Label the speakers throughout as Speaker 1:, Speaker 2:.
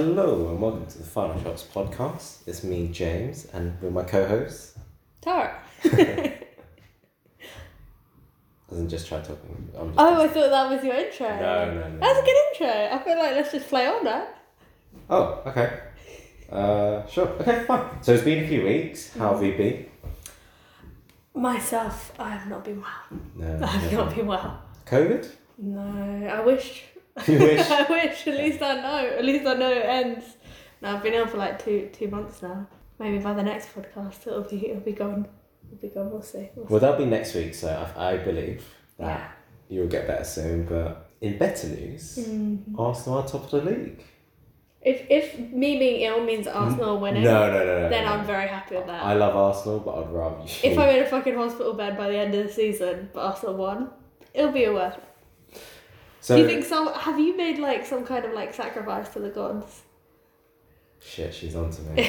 Speaker 1: Hello and welcome to the Final Shots podcast. It's me, James, and with my co-host.
Speaker 2: Tara.
Speaker 1: I didn't just try talking. I'm just
Speaker 2: Oh, I thought that was your intro.
Speaker 1: No, no, no.
Speaker 2: That's a good intro. I feel like let's just play on that.
Speaker 1: Oh, okay. Uh, sure. Okay, fine. So it's been a few weeks. How have you been?
Speaker 2: Mm-hmm. Myself, I have not been well.
Speaker 1: No.
Speaker 2: I have
Speaker 1: no.
Speaker 2: not been well.
Speaker 1: Uh, COVID.
Speaker 2: No, I wish.
Speaker 1: You wish.
Speaker 2: I wish. At least I know. At least I know it ends. No, I've been ill for like two two months now. Maybe by the next podcast, it'll be it'll be gone. It'll be gone. We'll see. We'll see.
Speaker 1: Well, that'll be next week. So I, I believe that
Speaker 2: Yeah.
Speaker 1: you'll get better soon. But in better news,
Speaker 2: Mm-hmm.
Speaker 1: Arsenal are top of the league.
Speaker 2: If if me being ill means Arsenal are winning,
Speaker 1: Mm. No, no, no, no.
Speaker 2: then
Speaker 1: no.
Speaker 2: I'm very happy with that.
Speaker 1: I love Arsenal, but I'd rather you.
Speaker 2: if I'm in a fucking hospital bed by the end of the season, but Arsenal won, it'll be a worth it.
Speaker 1: so
Speaker 2: Do you think some? Have you made like some kind of like sacrifice to the gods?
Speaker 1: shit, she's on to me.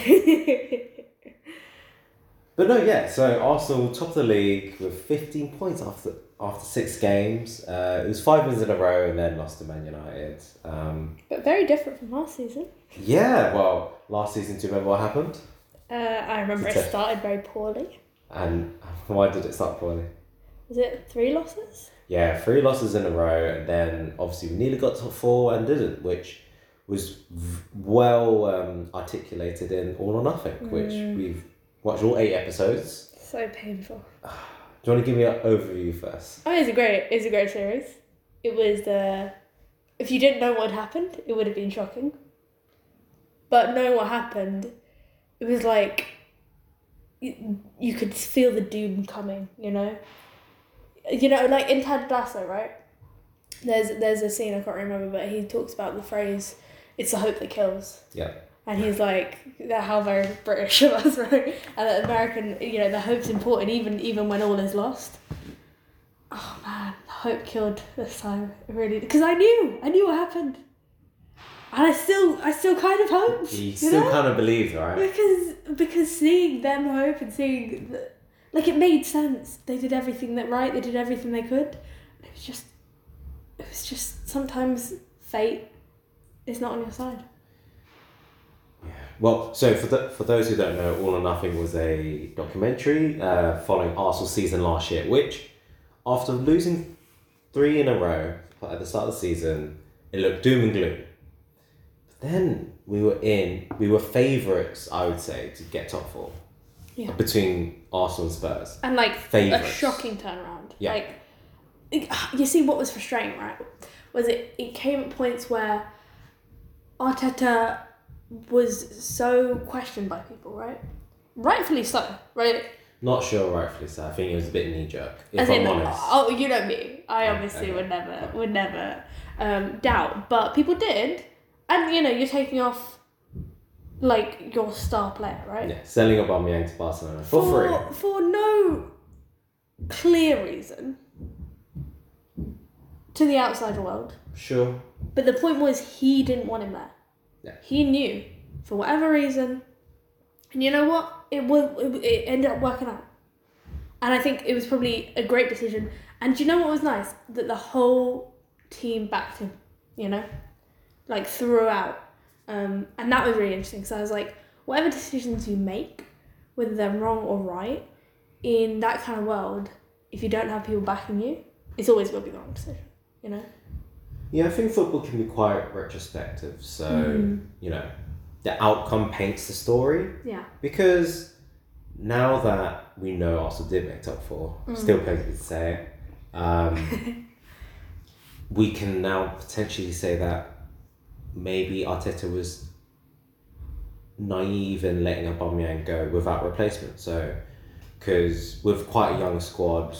Speaker 1: But no, yeah. So Arsenal top of the league with fifteen points after after six games. Uh, it was five wins in a row and then lost to Man United. Um,
Speaker 2: but very different from last season.
Speaker 1: yeah, well, last season, do you remember what happened?
Speaker 2: Uh, I remember it
Speaker 1: Okay.
Speaker 2: started very poorly.
Speaker 1: And why did it start poorly?
Speaker 2: Was it three losses?
Speaker 1: Yeah, three losses in a row, and then obviously we nearly got to four and didn't, which was v- well um, articulated in All or Nothing, which
Speaker 2: Mm.
Speaker 1: we've watched all eight episodes.
Speaker 2: So painful.
Speaker 1: Do you want to give me an overview first?
Speaker 2: I mean, it's a great, it's a great series. It was the, if you didn't know what had happened, it would have been shocking. But knowing what happened, it was like, you, you could feel the doom coming. You know, you know, like in Ted Lasso, right? There's there's a scene I can't remember, but he talks about the phrase, "It's the hope that kills."
Speaker 1: Yeah.
Speaker 2: And he's like, "That how very British of us, right?" And that American, you know, the hope's important even even when all is lost. Oh man, hope killed this time. It Really, because I knew, I knew what happened, and I still, I still kind of hoped.
Speaker 1: You
Speaker 2: You
Speaker 1: still
Speaker 2: know?
Speaker 1: kind of believe, right?
Speaker 2: Because because seeing them hope and seeing, the, like it made sense. They did everything that right. They did everything they could. It was just, it was just sometimes fate is not on your side.
Speaker 1: Well, so for the, for those who don't know, All or Nothing was a documentary uh, following Arsenal's season last year, which, after losing three in a row at the start of the season, it looked doom and gloom. But then we were in, we were favourites, I would say, to get top four
Speaker 2: Yeah.
Speaker 1: between Arsenal and Spurs.
Speaker 2: and like
Speaker 1: Favourites.
Speaker 2: a shocking turnaround.
Speaker 1: Yeah.
Speaker 2: Like it- you see what was frustrating, right? Was it it came at points where Arteta was so questioned by people, right? Rightfully so, right?
Speaker 1: Not sure, rightfully so. I think it was a bit knee jerk, if
Speaker 2: As
Speaker 1: I'm
Speaker 2: in,
Speaker 1: honest.
Speaker 2: oh, you know me. I
Speaker 1: Yeah,
Speaker 2: obviously
Speaker 1: okay.
Speaker 2: would never, would never um, doubt, but people did, and you know, you're taking off like your star player, right?
Speaker 1: yeah, selling Aubameyang to Barcelona for, free.
Speaker 2: oh. for for no clear reason to the outside world.
Speaker 1: Sure.
Speaker 2: But the point was he didn't want him there.
Speaker 1: Yeah.
Speaker 2: He knew for whatever reason, and you know what? It was it, it ended up working out, and I think it was probably a great decision. And do you know what was nice? That the whole team backed him. You know, like throughout, um, and that was really interesting. So I was like, whatever decisions you make, whether they're wrong or right, in that kind of world, if you don't have people backing you, it's always going to be the wrong decision. You know.
Speaker 1: Yeah, I think football can be quite retrospective. So, you know, the outcome paints the story
Speaker 2: Yeah.
Speaker 1: because now that we know Arsenal did make top four, still painful to say it, um, we can now potentially say that maybe Arteta was naive in letting Aubameyang go without replacement. So, because with quite a young squad,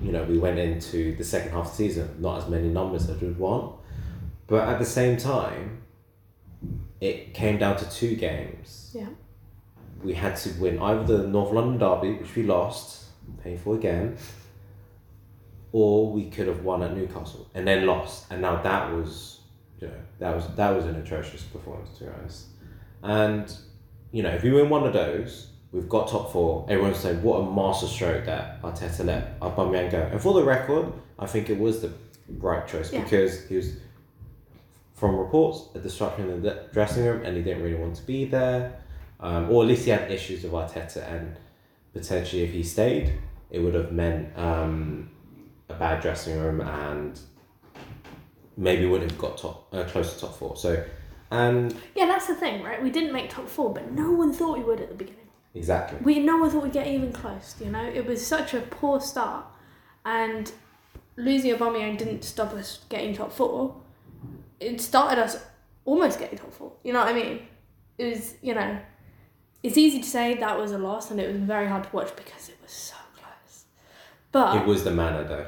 Speaker 1: you know, we went into the second half of the season, not as many numbers as we'd want. But at the same time, it came down to two games
Speaker 2: Yeah.
Speaker 1: we had to win either the North London Derby, which we lost, painful again, or we could have won at Newcastle and then lost. And now that was, you know, that was that was an atrocious performance to be honest. And you know, if we win one of those, we've got top four. Everyone's saying what a masterstroke that Arteta let Aubameyang go. And for the record, I think it was the right choice
Speaker 2: Yeah.
Speaker 1: because he was. from reports, a disruption in the dressing room, and he didn't really want to be there. Um, or at least he had issues with Arteta, and potentially if he stayed, it would have meant um, a bad dressing room and maybe wouldn't have got top uh, close to top four. So, and
Speaker 2: Yeah, that's the thing, right? We didn't make top four, but no one thought we would at the beginning.
Speaker 1: exactly.
Speaker 2: We no one thought we'd get even close. You know, it was such a poor start, and losing Aubameyang didn't stop us getting top four. It started us almost getting top four. You know what I mean? It was you know, it's easy to say that was a loss, and it was very hard to watch because it was so close. But
Speaker 1: It was the manner though,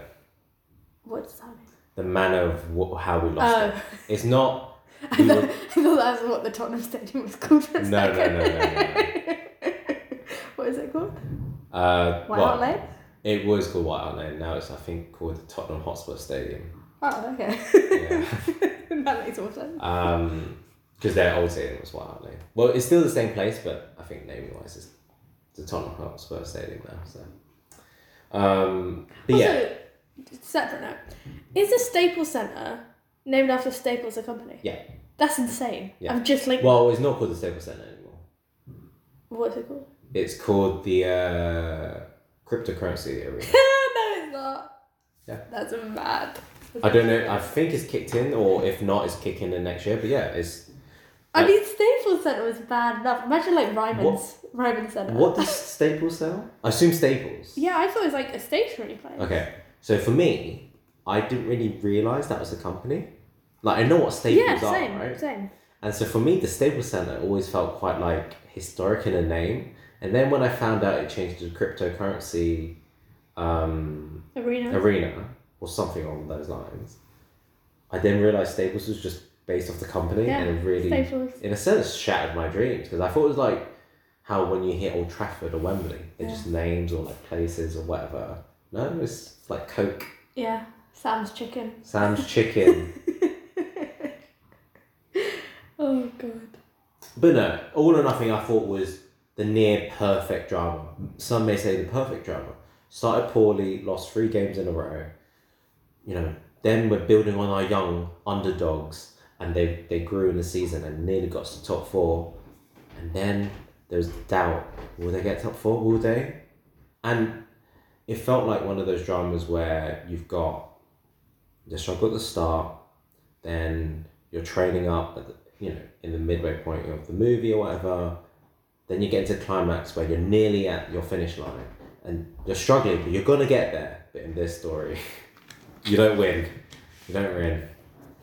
Speaker 2: what does that mean?
Speaker 1: the manner of wh- how we lost
Speaker 2: Oh,
Speaker 1: it. It's not.
Speaker 2: I
Speaker 1: we were-
Speaker 2: thought, I thought that was what the Tottenham Stadium was called. For a
Speaker 1: No, no,
Speaker 2: second.
Speaker 1: no, no,
Speaker 2: what is it called?
Speaker 1: uh,
Speaker 2: White
Speaker 1: well,
Speaker 2: Hart Lane.
Speaker 1: It was called White Hart Lane. Now it's I think called the Tottenham Hotspur Stadium.
Speaker 2: Oh, okay.
Speaker 1: Yeah.
Speaker 2: that makes more sense.
Speaker 1: Because Um, their old stadium was White Hart Lane. Well, it's still the same place, but I think naming wise, it's the Tottenham Hotspur Stadium now. So, um, but
Speaker 2: also,
Speaker 1: yeah,
Speaker 2: separate note, is the Staples Center named after Staples, the company?
Speaker 1: Yeah.
Speaker 2: That's insane.
Speaker 1: Yeah.
Speaker 2: I've just linked.
Speaker 1: well, it's not called the Staples Centre anymore.
Speaker 2: What's it called?
Speaker 1: It's called the uh, cryptocurrency arena.
Speaker 2: no, it's not.
Speaker 1: Yeah.
Speaker 2: That's mad.
Speaker 1: I don't know. I think it's kicked in, or if not, it's kicking in next year. But yeah, it's
Speaker 2: I mean, Staples Center was bad enough. Imagine like Ryman's, Ryman Center.
Speaker 1: what does Staples sell? I assume Staples.
Speaker 2: Yeah, I thought it was like a stationary place.
Speaker 1: Okay, so for me, I didn't really realize that was a company. Like I know what
Speaker 2: Yeah,
Speaker 1: staples
Speaker 2: same,
Speaker 1: are, right?
Speaker 2: same.
Speaker 1: And so for me, the Staples Center always felt quite like historic in a name. And then when I found out it changed to cryptocurrency um,
Speaker 2: Arena.
Speaker 1: arena or something along those lines, I then realized Staples was just based off the company,
Speaker 2: Yeah,
Speaker 1: and it really,
Speaker 2: Staples.
Speaker 1: in a sense, shattered my dreams because I thought it was like how when you hear Old Trafford or Wembley, they're
Speaker 2: Yeah.
Speaker 1: just names or like places or whatever. No, it's like Coke.
Speaker 2: Yeah, Sam's Chicken.
Speaker 1: Sam's chicken.
Speaker 2: Oh god.
Speaker 1: but no, All or Nothing I thought was the near perfect drama. Some may say the perfect drama. Started poorly, lost three games in a row. You know, then we're building on our young underdogs and they, they grew in the season and nearly got us to top four. And then there was doubt. Will they get top four? Will they? And it felt like one of those dramas where you've got the struggle at the start, then you're training up at the, you know in the midway point of the movie or whatever then you get into climax where you're nearly at your finish line and you're struggling but you're gonna get there but in this story you don't win you don't win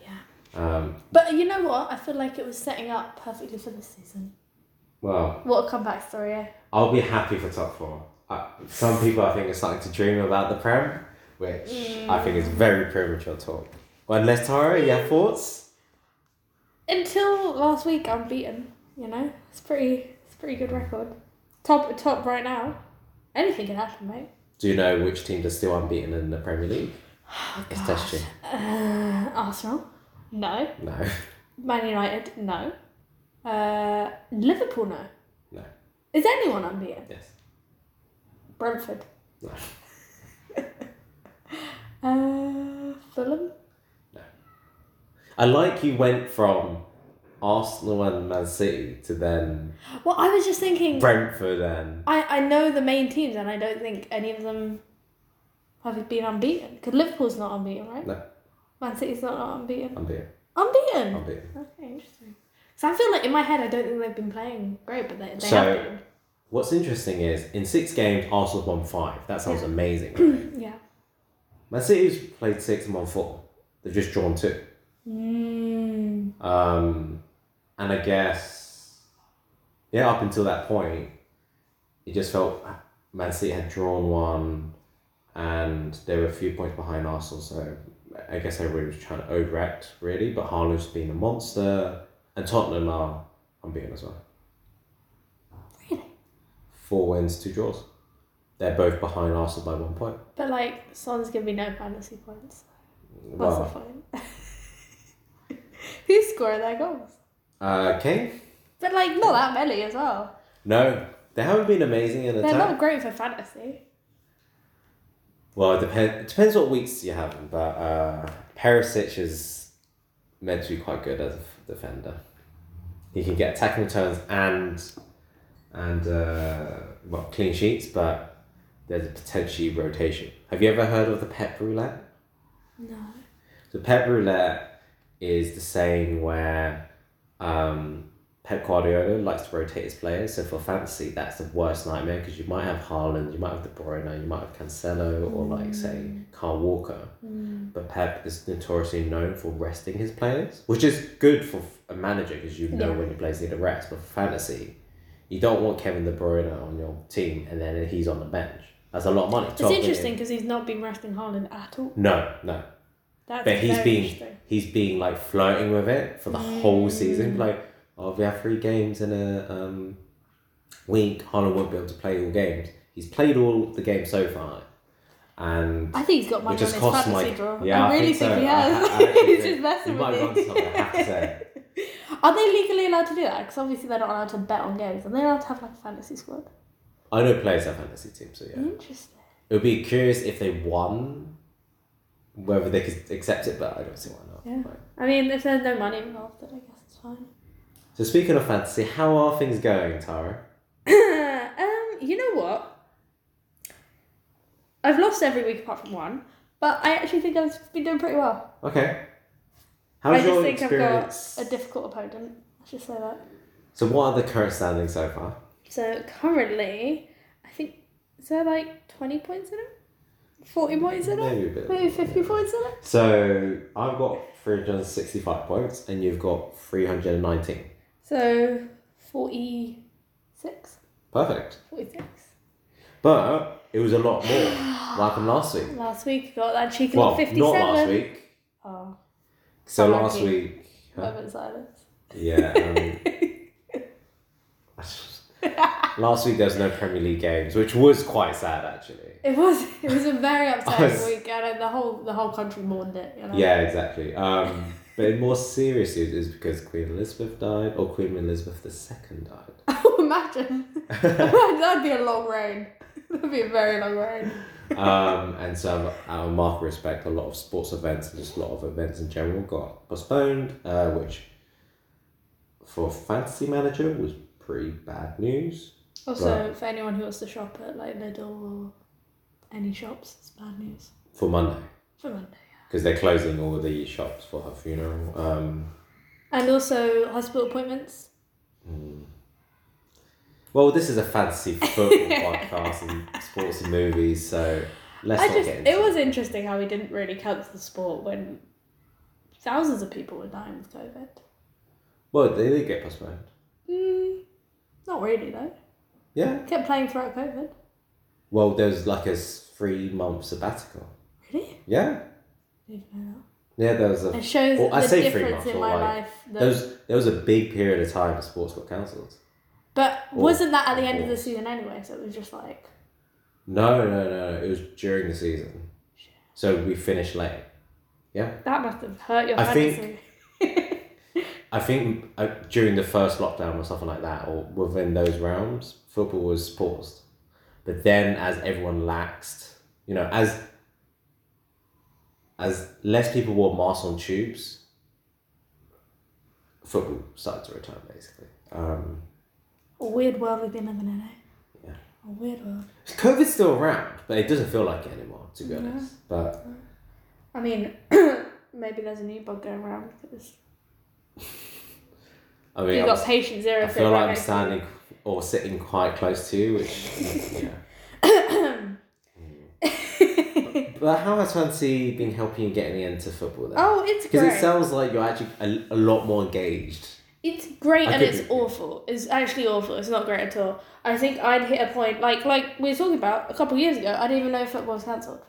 Speaker 2: Yeah.
Speaker 1: um,
Speaker 2: But you know what? I feel like it was setting up perfectly for this season.
Speaker 1: well
Speaker 2: What a comeback story, eh?
Speaker 1: I'll be happy for top four I, some people I think are starting to dream about the Prem which I think is very premature talk well, unless Tara you have thoughts
Speaker 2: Until last week, unbeaten. You know, it's pretty. It's a pretty good record. Top top right now. Anything can happen, mate.
Speaker 1: do you know which teams are still unbeaten in the Premier League
Speaker 2: Oh
Speaker 1: it's testing
Speaker 2: Uh, Arsenal. No.
Speaker 1: no
Speaker 2: Man United. No. Uh, Liverpool. No.
Speaker 1: No.
Speaker 2: Is anyone unbeaten?
Speaker 1: yes
Speaker 2: Brentford.
Speaker 1: no
Speaker 2: Uh, Fulham.
Speaker 1: I like you went from Arsenal and Man City to then
Speaker 2: Well, I was just thinking.
Speaker 1: Brentford and
Speaker 2: I, I know the main teams, and I don't think any of them have been unbeaten. Because Liverpool's not unbeaten, right?
Speaker 1: No.
Speaker 2: Man City's not, not unbeaten.
Speaker 1: Unbeaten.
Speaker 2: Unbeaten!
Speaker 1: Unbeaten.
Speaker 2: Okay, interesting. So I feel like in my head, I don't think they've been playing great, but they, they
Speaker 1: So-
Speaker 2: have
Speaker 1: What's interesting is in six games Arsenal won five. That sounds
Speaker 2: Yeah.
Speaker 1: amazing. Right?
Speaker 2: been. Yeah.
Speaker 1: Man City's played six and won four. They've just drawn two.
Speaker 2: Mm,
Speaker 1: Um, and I guess yeah, up until that point, it just felt Man City had drawn one, and they were a few points behind Arsenal. So I guess everybody was trying to overact really, but Harlow's been a monster, and Tottenham are unbeaten as well.
Speaker 2: Really?
Speaker 1: Four wins, two draws. They're both behind Arsenal by one point.
Speaker 2: but like, Son's gonna be no fantasy points. What's
Speaker 1: Well,
Speaker 2: the point? Who's scoring their goals?
Speaker 1: uh, Kane?
Speaker 2: But like, not that many as well.
Speaker 1: No, they haven't been amazing in
Speaker 2: They're
Speaker 1: attack.
Speaker 2: not great for fantasy.
Speaker 1: Well, it depends. It depends what weeks you have, but uh, Perisic is meant to be quite good as a f- defender. He can get attacking returns and and uh, well clean sheets, but there's a potentially rotation. Have you ever heard of the Pep Roulette?
Speaker 2: No.
Speaker 1: So Pep Roulette is the saying where um, Pep Guardiola likes to rotate his players. So for fantasy, that's the worst nightmare because you might have Haaland, you might have De Bruyne, you might have Cancelo, or like say Carl Walker.
Speaker 2: Mm.
Speaker 1: But Pep is notoriously known for resting his players, which is good for a manager because you know
Speaker 2: Yeah.
Speaker 1: when your players need a rest. But for fantasy, you don't want Kevin De Bruyne on your team and then he's on the bench. That's a lot of money.
Speaker 2: It's
Speaker 1: 12 million.
Speaker 2: interesting because he's not been resting Haaland at all.
Speaker 1: No, no.
Speaker 2: That's
Speaker 1: But he's
Speaker 2: very
Speaker 1: being
Speaker 2: interesting.
Speaker 1: he's being like flirting with it for the
Speaker 2: Mm.
Speaker 1: whole season. Like, oh, if we have three games in a um, week. Holland won't be able to play all games. He's played all the games so far, and
Speaker 2: I think he's got money
Speaker 1: which
Speaker 2: on his
Speaker 1: has cost
Speaker 2: fantasy
Speaker 1: like
Speaker 2: draw.
Speaker 1: yeah,
Speaker 2: I really
Speaker 1: think, so.
Speaker 2: he
Speaker 1: I-
Speaker 2: has.
Speaker 1: I actually
Speaker 2: he's
Speaker 1: think
Speaker 2: just messing
Speaker 1: you might have
Speaker 2: with
Speaker 1: gone to something, I have to
Speaker 2: me.
Speaker 1: say.
Speaker 2: Are they legally allowed to do that? Because obviously they're not allowed to bet on games. Are they allowed to have like a fantasy squad?
Speaker 1: I know players have fantasy teams, so yeah.
Speaker 2: Interesting.
Speaker 1: It would be curious if they won, whether they could accept it, but I don't see why not.
Speaker 2: Yeah.
Speaker 1: Right.
Speaker 2: I mean, if there's no money involved, then I guess it's fine.
Speaker 1: So speaking of fantasy, how are things going, Tara?
Speaker 2: um, you know what? I've lost every week apart from one, but I actually think I've been doing pretty well.
Speaker 1: Okay. How's
Speaker 2: I just
Speaker 1: your
Speaker 2: think
Speaker 1: experience?
Speaker 2: I've got a difficult opponent. Let's just say that.
Speaker 1: So what are the current standings so far?
Speaker 2: So currently, I think is there like twenty points in it, forty points in it,
Speaker 1: Maybe a bit.
Speaker 2: maybe fifty points in it.
Speaker 1: So I've got three hundred and sixty-five points, and you've got three hundred and nineteen.
Speaker 2: So 46,
Speaker 1: Perfect.
Speaker 2: 46.
Speaker 1: But it was a lot more. what happened last week?
Speaker 2: Last week you got that cheeky
Speaker 1: Well,
Speaker 2: little fifty-seven.
Speaker 1: not last week.
Speaker 2: Oh,
Speaker 1: So
Speaker 2: Unlucky.
Speaker 1: last week, Huh?
Speaker 2: moment of silence.
Speaker 1: yeah. Um, I just- last week there was no Premier League games, which was quite sad actually.
Speaker 2: It was it was a very upsetting
Speaker 1: was-
Speaker 2: weekend, and the whole the whole country mourned it. You know?
Speaker 1: Yeah, exactly. Um, but in more serious news, is because Queen Elizabeth died, or Queen Elizabeth II died.
Speaker 2: Oh, imagine that'd be a long reign. That'd be a very long reign.
Speaker 1: um, and so out of mark of respect, a lot of sports events and just a lot of events in general got postponed, uh, which for fantasy manager was pretty bad news.
Speaker 2: Also, for anyone who wants to shop at like Lidl or any shops, it's bad news
Speaker 1: For Monday,
Speaker 2: for Monday.
Speaker 1: because they're closing all the shops for her funeral. Um,
Speaker 2: And also hospital appointments.
Speaker 1: well, this is a fantasy football podcast and sports and movies, so let's
Speaker 2: I
Speaker 1: not
Speaker 2: just
Speaker 1: get into
Speaker 2: it was interesting how we didn't really cancel the sport when thousands of people were dying with COVID.
Speaker 1: Well, they did get postponed.
Speaker 2: Mm, not really though.
Speaker 1: Yeah.
Speaker 2: Kept playing throughout COVID.
Speaker 1: Well, there's like a three month sabbatical.
Speaker 2: Really?
Speaker 1: Yeah.
Speaker 2: Didn't know
Speaker 1: Yeah, there was
Speaker 2: that.
Speaker 1: a
Speaker 2: It shows
Speaker 1: Well, I
Speaker 2: the
Speaker 1: say three
Speaker 2: difference
Speaker 1: months,
Speaker 2: in
Speaker 1: but
Speaker 2: my
Speaker 1: like,
Speaker 2: life. That,
Speaker 1: there was there was a big period of time the sports got cancelled.
Speaker 2: but
Speaker 1: or-
Speaker 2: wasn't that at the end of
Speaker 1: or-
Speaker 2: the season anyway? So it was just like
Speaker 1: No, no, no, no. It was during the season. So we finished late.
Speaker 2: that must have hurt your
Speaker 1: I
Speaker 2: fantasy.
Speaker 1: think- I think uh, during the first lockdown or something like that, or within those realms, football was paused. But then, as everyone laxed, you know, as as less people wore masks on tubes, football started to return basically. Um,
Speaker 2: a weird world we've been living in. Eh?
Speaker 1: Yeah.
Speaker 2: A weird world.
Speaker 1: COVID's still around, but it doesn't feel like it anymore, to be
Speaker 2: Yeah.
Speaker 1: honest. But
Speaker 2: I mean, maybe there's a new bug going around because
Speaker 1: I mean,
Speaker 2: you
Speaker 1: I'm
Speaker 2: got patient zero.
Speaker 1: I
Speaker 2: sitting
Speaker 1: feel
Speaker 2: right
Speaker 1: like I'm
Speaker 2: next to you.
Speaker 1: standing or sitting quite close to you, which you know. But how has fancy been helping you getting into football then?
Speaker 2: oh, it's
Speaker 1: because
Speaker 2: great.
Speaker 1: it sounds like you're actually a, a lot more engaged.
Speaker 2: It's great
Speaker 1: I
Speaker 2: and
Speaker 1: could
Speaker 2: it's
Speaker 1: be-
Speaker 2: awful. It's actually awful. It's not great at all. I think I'd hit a point like like we were talking about a couple of years ago. I didn't even know football was cancelled,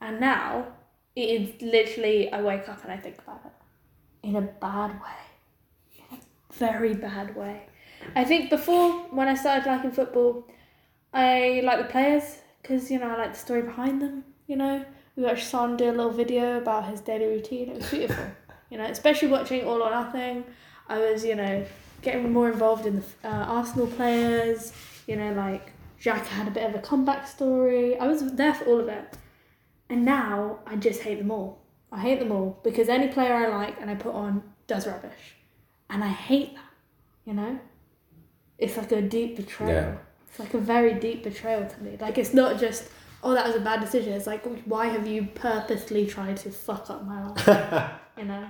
Speaker 2: and now it is literally I wake up and I think about it in a bad way, in a very bad way. I think before when I started liking football, I like the players because you know I like the story behind them. You know we watched Son do a little video about his daily routine. It was beautiful. you know, especially watching All or Nothing. I was, you know, getting more involved in the uh, Arsenal players. You know, like Jack had a bit of a comeback story. I was there for all of it, and now I just hate them all. I hate them all because any player I like and I put on does rubbish, and I hate that. You know, it's like a deep betrayal.
Speaker 1: Yeah.
Speaker 2: It's like a very deep betrayal to me. Like it's not just oh that was a bad decision. It's like why have you purposely tried to fuck up my life? you know,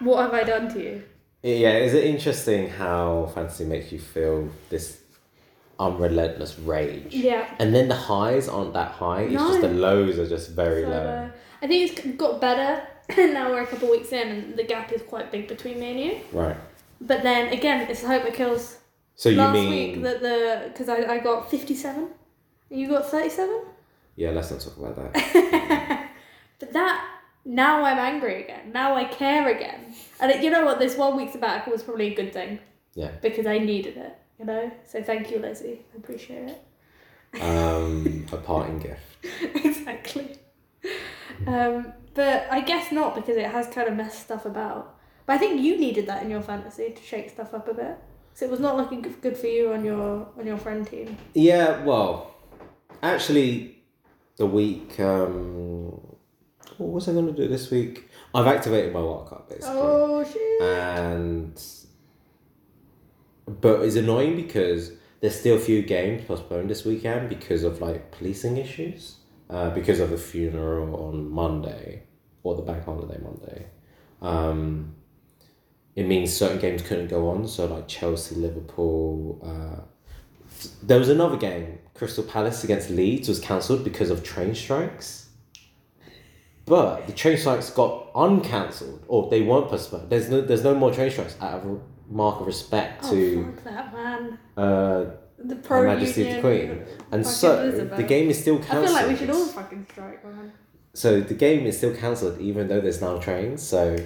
Speaker 2: what have I done to you?
Speaker 1: Yeah, is it interesting how fantasy makes you feel this unrelentless rage?
Speaker 2: Yeah.
Speaker 1: And then the highs aren't that high, it's just
Speaker 2: No.
Speaker 1: the lows are just very
Speaker 2: So,
Speaker 1: low.
Speaker 2: uh, I think it's got better. now we're a couple weeks in, and the gap is quite big between me and you.
Speaker 1: Right.
Speaker 2: But then again, it's hope that kills.
Speaker 1: So you
Speaker 2: Last
Speaker 1: mean.
Speaker 2: week that the because I, I got fifty seven, you got thirty seven.
Speaker 1: Yeah, let's not talk about that.
Speaker 2: But that now I'm angry again. Now I care again. And it, you know what? This one week's back was probably a good thing.
Speaker 1: Yeah.
Speaker 2: Because I needed it. You know. So thank you, Lizzie. I appreciate it.
Speaker 1: um, a parting gift.
Speaker 2: exactly. Um, but I guess not because it has kind of messed stuff about. But I think you needed that in your fantasy to shake stuff up a bit. So it was not looking g- good for you on your on your friend team.
Speaker 1: Yeah, well, actually, the week. Um, what was I going to do this week? I've activated my wildcard basically.
Speaker 2: Oh shit!
Speaker 1: and but it's annoying because there's still a few games postponed this weekend because of like policing issues uh, because of the funeral on monday or the bank holiday monday um, it means certain games couldn't go on so like chelsea liverpool uh, there was another game crystal palace against leeds was cancelled because of train strikes but the train strikes got uncancelled, or they weren't postponed. There's no, there's no more train strikes out of a mark of respect
Speaker 2: oh
Speaker 1: to
Speaker 2: fuck that man!
Speaker 1: uh,
Speaker 2: The pro
Speaker 1: Her Majesty the
Speaker 2: union.
Speaker 1: Queen. And
Speaker 2: fucking
Speaker 1: so the
Speaker 2: Elizabeth.
Speaker 1: game is still
Speaker 2: I
Speaker 1: cancelled.
Speaker 2: feel like we should all fucking strike, man.
Speaker 1: So the game is still cancelled, even though there's now trains. So,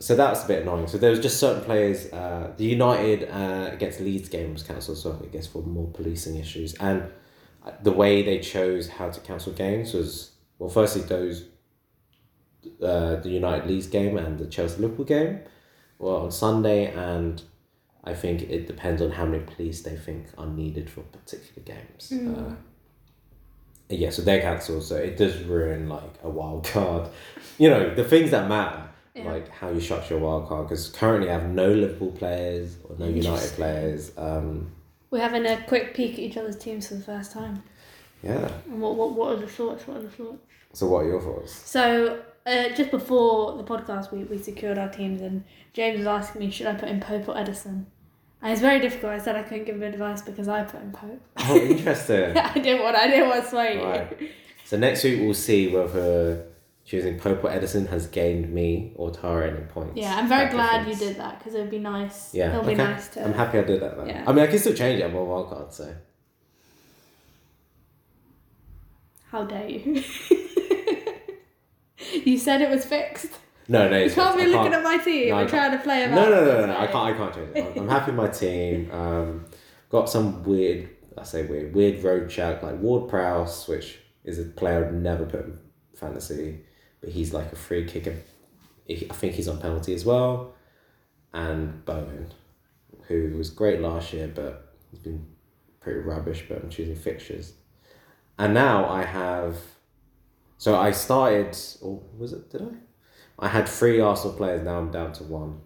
Speaker 1: so that's a bit annoying. So there was just certain players. Uh, the United uh, against Leeds game was cancelled. So I guess for more policing issues and the way they chose how to cancel games was well, firstly those uh, the United Leeds game and the Chelsea Liverpool game were on Sunday, and I think it depends on how many police they think are needed for particular games.
Speaker 2: Mm.
Speaker 1: Uh, yeah, so they're cancelled, so it does ruin like a wild card. You know, the things that matter,
Speaker 2: Yeah.
Speaker 1: like how you structure your wild card, because currently I have no Liverpool players or no United
Speaker 2: Interesting.
Speaker 1: players. Um,
Speaker 2: We're having a quick peek at each other's teams for the first time.
Speaker 1: yeah.
Speaker 2: And what what what are the thoughts? What are the thoughts?
Speaker 1: So what are your thoughts?
Speaker 2: So uh, just before the podcast, we, we secured our teams, and James was asking me, should I put in Pope or Edison? And it's very difficult. I said I couldn't give him advice because I put in Pope.
Speaker 1: Oh, interesting.
Speaker 2: I didn't want. I didn't want to sway you.
Speaker 1: Right. So next week we'll see whether choosing Pope or Edison has gained me or Tara any points.
Speaker 2: Yeah, I'm very
Speaker 1: That
Speaker 2: glad
Speaker 1: difference.
Speaker 2: you did that because it would be nice.
Speaker 1: Yeah,
Speaker 2: it'll
Speaker 1: okay.
Speaker 2: be nice to.
Speaker 1: I'm happy I did that. Then.
Speaker 2: Yeah.
Speaker 1: I mean, I can still change it. I'm on wildcard, so
Speaker 2: How dare you? you said it was fixed.
Speaker 1: no, no.
Speaker 2: You
Speaker 1: It's
Speaker 2: can't
Speaker 1: fine.
Speaker 2: be
Speaker 1: I
Speaker 2: looking at my team
Speaker 1: No, I
Speaker 2: and trying to play about.
Speaker 1: No, no,
Speaker 2: it.
Speaker 1: no, no, no. I can't. I can't change it. I'm- I'm happy with my team. Um, got some weird. I say weird. Weird road chat like Ward Prowse, which is a player I'd never put in fantasy, but he's like a free kicker. I think he's on penalty as well, and Bowen, who was great last year, but he's been pretty rubbish. But I'm choosing fixtures, and now I have. So I started, or was it? Did I? I had three Arsenal players. Now I'm down to one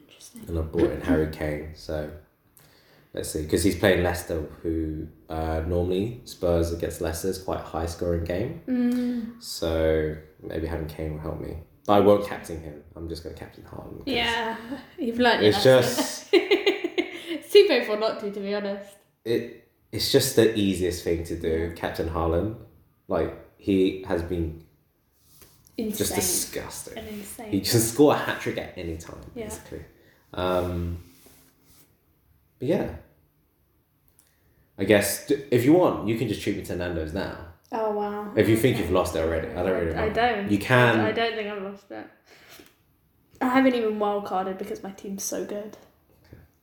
Speaker 2: Interesting.
Speaker 1: and I brought in Harry Kane. So let's see, because he's playing Leicester, who uh, normally Spurs against Leicester is quite a high scoring game.
Speaker 2: Mm,
Speaker 1: So maybe having Kane will help me. But I won't captain him. I'm just going to captain Harden. 'cause
Speaker 2: yeah, you've learned. your
Speaker 1: It's
Speaker 2: lesson.
Speaker 1: just
Speaker 2: it's too painful not to, to be honest.
Speaker 1: it. It's just the easiest thing to do, Captain Haaland. Like he has been just
Speaker 2: Insane.
Speaker 1: disgusting.
Speaker 2: An insane.
Speaker 1: He can score a hat trick at any time,
Speaker 2: Yeah.
Speaker 1: basically. Um, but yeah, I guess d- if you want, you can just treat me to Nando's now.
Speaker 2: oh wow.
Speaker 1: If you think you've lost it already, I don't really.
Speaker 2: I, I
Speaker 1: mind.
Speaker 2: don't.
Speaker 1: You can.
Speaker 2: I don't think I've lost it. I haven't even wildcarded because my team's so good,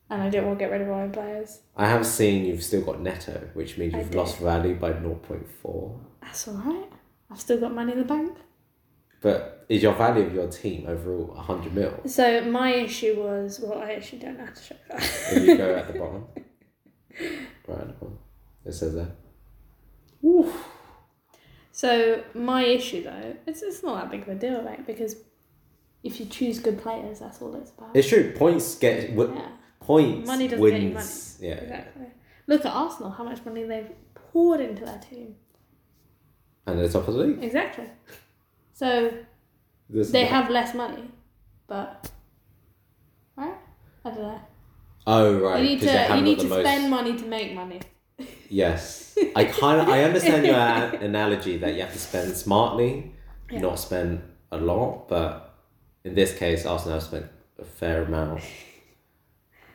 Speaker 2: and I don't want to get rid of my own players.
Speaker 1: I have seen you've still got Neto, which means
Speaker 2: I
Speaker 1: you've
Speaker 2: do.
Speaker 1: lost value by zero point four.
Speaker 2: That's all right. I've still got money in the bank.
Speaker 1: But is your value of your team overall hundred mil?
Speaker 2: So my issue was well, I actually don't know how to show that.
Speaker 1: If you go at the bottom, right at the bottom, it says there.
Speaker 2: So my issue though, it's it's not that big of a deal, right? Because if you choose good players, that's all it's about.
Speaker 1: It's true. Points get w-
Speaker 2: yeah,
Speaker 1: points.
Speaker 2: Money doesn't get you
Speaker 1: wins. Yeah.
Speaker 2: exactly. Look at Arsenal, how much money they've poured into their team.
Speaker 1: And they're top of the league.
Speaker 2: Exactly. So
Speaker 1: This-
Speaker 2: they have less money, but right? I don't know.
Speaker 1: Oh right.
Speaker 2: you need
Speaker 1: 'cause they
Speaker 2: to you
Speaker 1: haven't
Speaker 2: need
Speaker 1: got
Speaker 2: to
Speaker 1: the most-
Speaker 2: spend money to make money.
Speaker 1: Yes, I kind of I understand your a- analogy that you have to spend smartly,
Speaker 2: Yeah.
Speaker 1: not spend a lot. But in this case, Arsenal have spent a fair amount.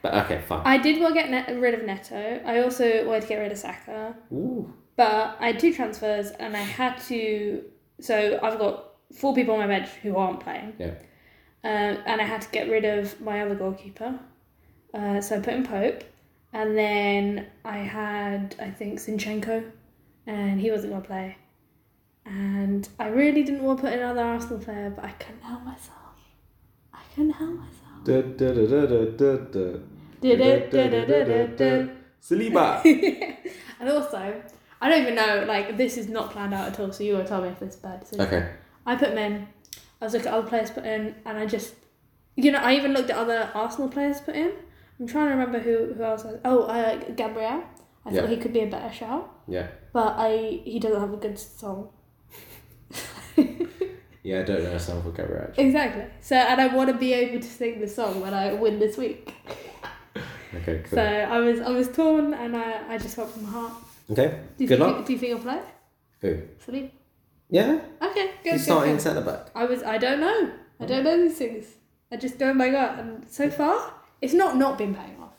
Speaker 1: But okay, fine.
Speaker 2: I did well get net- rid of Neto. I also wanted to get rid of Saka.
Speaker 1: Ooh,
Speaker 2: But I had two transfers and I had to. So I've got four people on my bench who aren't playing.
Speaker 1: Yeah.
Speaker 2: Um, and I had to get rid of my other goalkeeper. Uh, so I put in Pope. And then I had, I think, Sinchenko. And he wasn't going to play. And I really didn't want to put in another Arsenal player, but I couldn't help myself. I couldn't help myself.
Speaker 1: Da, da, da, da, da, da, da. Saliba.
Speaker 2: and also, I don't even know, like, this is not planned out at all, so you will tell me if this is a bad decision.
Speaker 1: Okay.
Speaker 2: I put them in. I was looking at other players put in, and I just, you know, I even looked at other Arsenal players put in. I'm trying to remember who who else. I, oh, uh, Gabriel. I
Speaker 1: Yeah.
Speaker 2: thought he could be a better shout,
Speaker 1: Yeah.
Speaker 2: but I he doesn't have a good song.
Speaker 1: Yeah. I don't know myself for Gabriel. actually.
Speaker 2: Exactly. So, and I want to be able to sing the song when I win this week.
Speaker 1: Okay. Cool.
Speaker 2: So I was I was torn, and I, I just went from my heart.
Speaker 1: okay.
Speaker 2: Do you
Speaker 1: Good
Speaker 2: think
Speaker 1: luck.
Speaker 2: do you think I'll play?
Speaker 1: Who?
Speaker 2: Salib.
Speaker 1: Yeah.
Speaker 2: Okay, go
Speaker 1: He's
Speaker 2: go.
Speaker 1: starting
Speaker 2: go.
Speaker 1: centre back.
Speaker 2: I was I don't know. I don't know these things. I just go my gut and so far it's not not been paying off.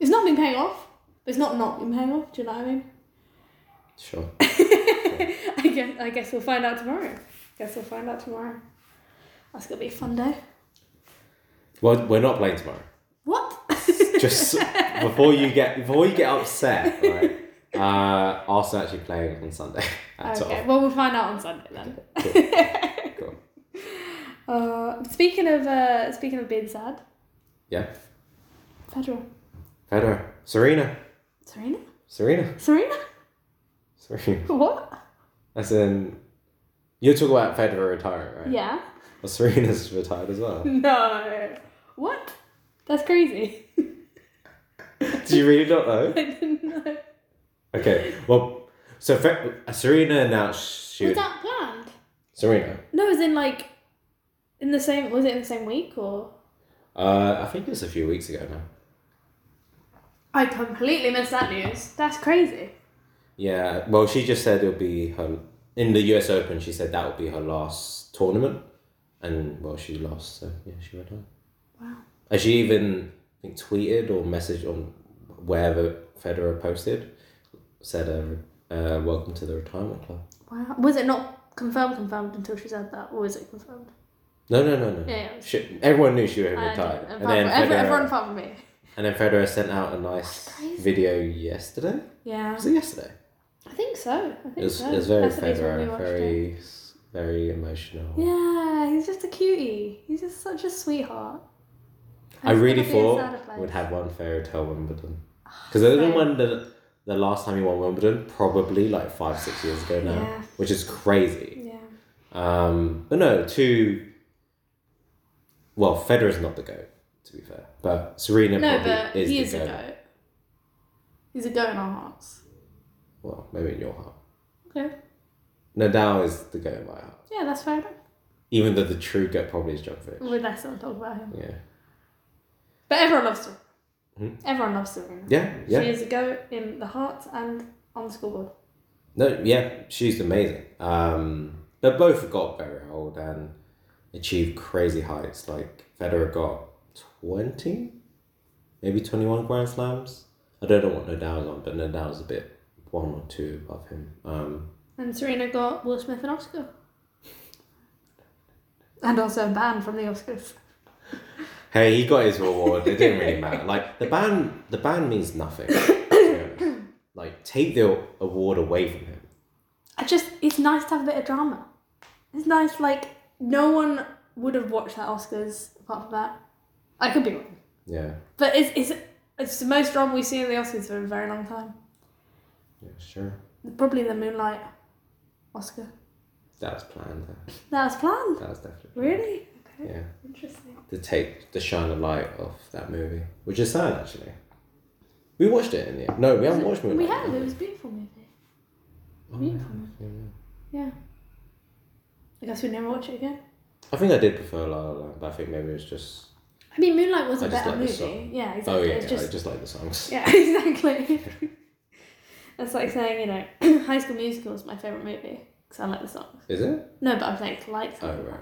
Speaker 2: It's not been paying off, but it's not not been paying off, do you know what I mean?
Speaker 1: Sure.
Speaker 2: I guess I guess we'll find out tomorrow. Guess we'll find out tomorrow. That's gonna be a fun day.
Speaker 1: Well, we're not playing tomorrow.
Speaker 2: What?
Speaker 1: just before you get before you get upset, right? Uh, Arsenal actually playing on Sunday. At
Speaker 2: okay, well we'll find out on Sunday then.
Speaker 1: Cool.
Speaker 2: Uh, speaking of uh, speaking of being sad,
Speaker 1: Yeah.
Speaker 2: Federal.
Speaker 1: Federer, Serena,
Speaker 2: Serena?
Speaker 1: Serena,
Speaker 2: Serena?
Speaker 1: Serena.
Speaker 2: What?
Speaker 1: As in, you're talking about Federer retiring, right?
Speaker 2: Yeah.
Speaker 1: Well, Serena's retired as well.
Speaker 2: No. What? That's crazy.
Speaker 1: Do you really not know?
Speaker 2: I didn't know.
Speaker 1: Okay. Well, so Fe- uh, Serena announced she
Speaker 2: Was
Speaker 1: would.
Speaker 2: that planned?
Speaker 1: Serena.
Speaker 2: No, as in like in the same was it in the same week or
Speaker 1: Uh, I think it was a few weeks ago now.
Speaker 2: I completely missed that news. That's crazy.
Speaker 1: Yeah. Well, she just said it'll be her in the U.S. Open. She said that would be her last tournament, and well, she lost, so yeah, she went on.
Speaker 2: Wow.
Speaker 1: And she even I think tweeted or messaged on wherever Federer posted, said, uh, uh, "Welcome to the retirement club."
Speaker 2: Wow. Was it not confirmed confirmed until she said that or was it confirmed?
Speaker 1: No, no, no, no.
Speaker 2: Yeah, yeah.
Speaker 1: She, everyone knew she would
Speaker 2: I
Speaker 1: retire,
Speaker 2: didn't-
Speaker 1: and
Speaker 2: apart
Speaker 1: then
Speaker 2: from- every-
Speaker 1: Federer,
Speaker 2: everyone apart from me.
Speaker 1: and then Federer sent out a nice
Speaker 2: crazy.
Speaker 1: video yesterday.
Speaker 2: Yeah.
Speaker 1: Was it yesterday?
Speaker 2: I think so. I think
Speaker 1: It was,
Speaker 2: so.
Speaker 1: it was very
Speaker 2: That's the reason we
Speaker 1: Federer,
Speaker 2: watched it.
Speaker 1: very, very emotional.
Speaker 2: Yeah, he's just a cutie. He's just such a sweetheart.
Speaker 1: I really
Speaker 2: It's gonna be a
Speaker 1: thought
Speaker 2: sad
Speaker 1: we'd
Speaker 2: place.
Speaker 1: have one fairy tale Wimbledon
Speaker 2: Ah,
Speaker 1: because I didn't
Speaker 2: Same.
Speaker 1: win the, the last time he won Wimbledon probably like five six years ago now,
Speaker 2: Yeah.
Speaker 1: which is crazy.
Speaker 2: Yeah.
Speaker 1: Um, but no, two. Well, Federer's not the goat, to be fair, but Serena
Speaker 2: No,
Speaker 1: probably
Speaker 2: but
Speaker 1: is
Speaker 2: he
Speaker 1: the
Speaker 2: is a
Speaker 1: goat.
Speaker 2: goat. He's a goat in our hearts.
Speaker 1: Well, maybe in your heart,
Speaker 2: Okay.
Speaker 1: Nadal is the goat in my heart.
Speaker 2: Yeah, that's fair enough.
Speaker 1: Even though the true goat probably is Djokovic.
Speaker 2: Well, let's not talk about him.
Speaker 1: Yeah,
Speaker 2: But everyone loves Serena.
Speaker 1: Hmm?
Speaker 2: Everyone loves Serena.
Speaker 1: yeah, yeah.
Speaker 2: She is a go in the heart and on the scoreboard.
Speaker 1: No, yeah, she's amazing. Um, they both got very old and achieved crazy heights. Like Federer got twenty, maybe twenty-one Grand Slams. I don't know what Nadal's on, but Nadal's a bit one or two above him. Um,
Speaker 2: And Serena got Will Smith an Oscar. And also banned from the Oscars.
Speaker 1: hey, he got his reward. It didn't really matter. Like the ban, the ban means nothing. to be honest. like take the award away from him.
Speaker 2: I just, it's nice to have a bit of drama. It's nice, like, no one would have watched that Oscars apart from that. I could be wrong.
Speaker 1: Yeah,
Speaker 2: But it's, it's, it's the most drama we've seen in the Oscars for a very long time.
Speaker 1: yeah, sure.
Speaker 2: Probably the Moonlight Oscar.
Speaker 1: That was planned.
Speaker 2: That was planned.
Speaker 1: That was definitely. planned.
Speaker 2: Really? Okay.
Speaker 1: Yeah.
Speaker 2: Interesting.
Speaker 1: To take the shine of light off that movie, which is sad actually. We watched it in the end. No, we haven't watched Moonlight.
Speaker 2: We have. It was a beautiful movie.
Speaker 1: Oh,
Speaker 2: beautiful.
Speaker 1: yeah, yeah.
Speaker 2: Yeah. I guess we'd never watch it again.
Speaker 1: I think I did prefer La La Land, but I think maybe it was just.
Speaker 2: I mean, Moonlight was a
Speaker 1: I just
Speaker 2: better
Speaker 1: like the
Speaker 2: movie.
Speaker 1: song.
Speaker 2: Yeah,
Speaker 1: Oh
Speaker 2: exactly.
Speaker 1: yeah,
Speaker 2: it's
Speaker 1: yeah, I
Speaker 2: just
Speaker 1: just like the songs.
Speaker 2: yeah, exactly. That's like saying you know, High School Musical is my favorite movie because I like the songs.
Speaker 1: Is it?
Speaker 2: No, but I'm saying it's like.
Speaker 1: Oh
Speaker 2: something.
Speaker 1: right.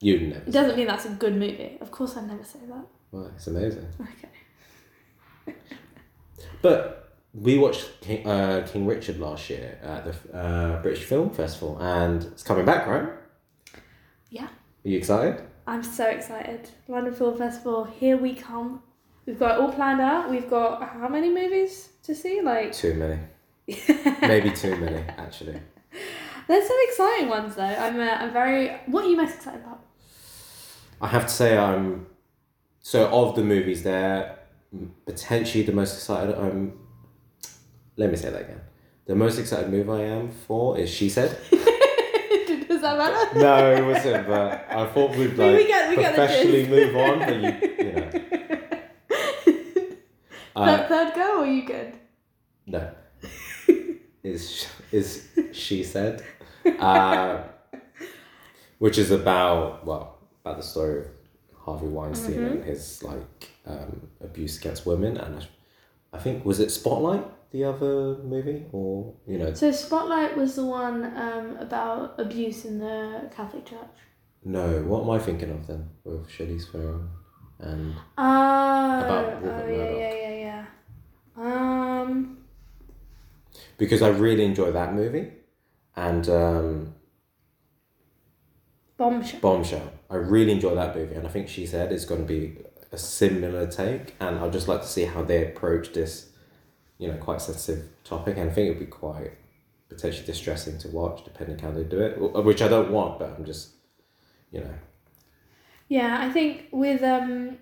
Speaker 1: You never.
Speaker 2: It doesn't mean that's a good movie. Of course, I'd never say that.
Speaker 1: Wow, it's amazing.
Speaker 2: Okay.
Speaker 1: But we watched King, uh, King Richard last year at the uh, British Film Festival, and it's coming back, right?
Speaker 2: Yeah.
Speaker 1: Are you excited?
Speaker 2: I'm so excited. London Film Festival, here we come. We've got it all planned out. We've got how many movies to see? Like,
Speaker 1: Too many.
Speaker 2: there's
Speaker 1: Maybe too many, actually.
Speaker 2: some exciting ones though. I'm, uh, I'm very. What are you most excited about?
Speaker 1: I have to say, I'm. So, of the movies there, m- potentially the most excited I'm. Let me say that again. The most excited move I am for is She Said.
Speaker 2: Does that matter?
Speaker 1: No, it wasn't, but I thought we'd
Speaker 2: I
Speaker 1: like.
Speaker 2: mean, we get, we get the
Speaker 1: professionally
Speaker 2: gist.
Speaker 1: move on, but you- you know. uh,
Speaker 2: Third- third go, or are you good?
Speaker 1: No. is is she said, uh, which is about well about the story of Harvey Weinstein and his like um, abuse against women, and I, I think was it Spotlight the other movie or you know
Speaker 2: So Spotlight was the one um, about abuse in the Catholic Church.
Speaker 1: no what am I thinking of then with Charlize Theron and
Speaker 2: Oh,
Speaker 1: About Rupert
Speaker 2: oh yeah,
Speaker 1: Murdoch.
Speaker 2: yeah, yeah, yeah. Um,
Speaker 1: because I really enjoy that movie and um,
Speaker 2: bombshell.
Speaker 1: Bombshell. I really enjoy that movie, and I think she said it's going to be a similar take, and I'd just like to see how they approach this, you know, quite sensitive topic, and I think it'd be quite potentially distressing to watch, depending how they do it, wh- which I don't want, but I'm just, you know,
Speaker 2: Yeah, I think with um,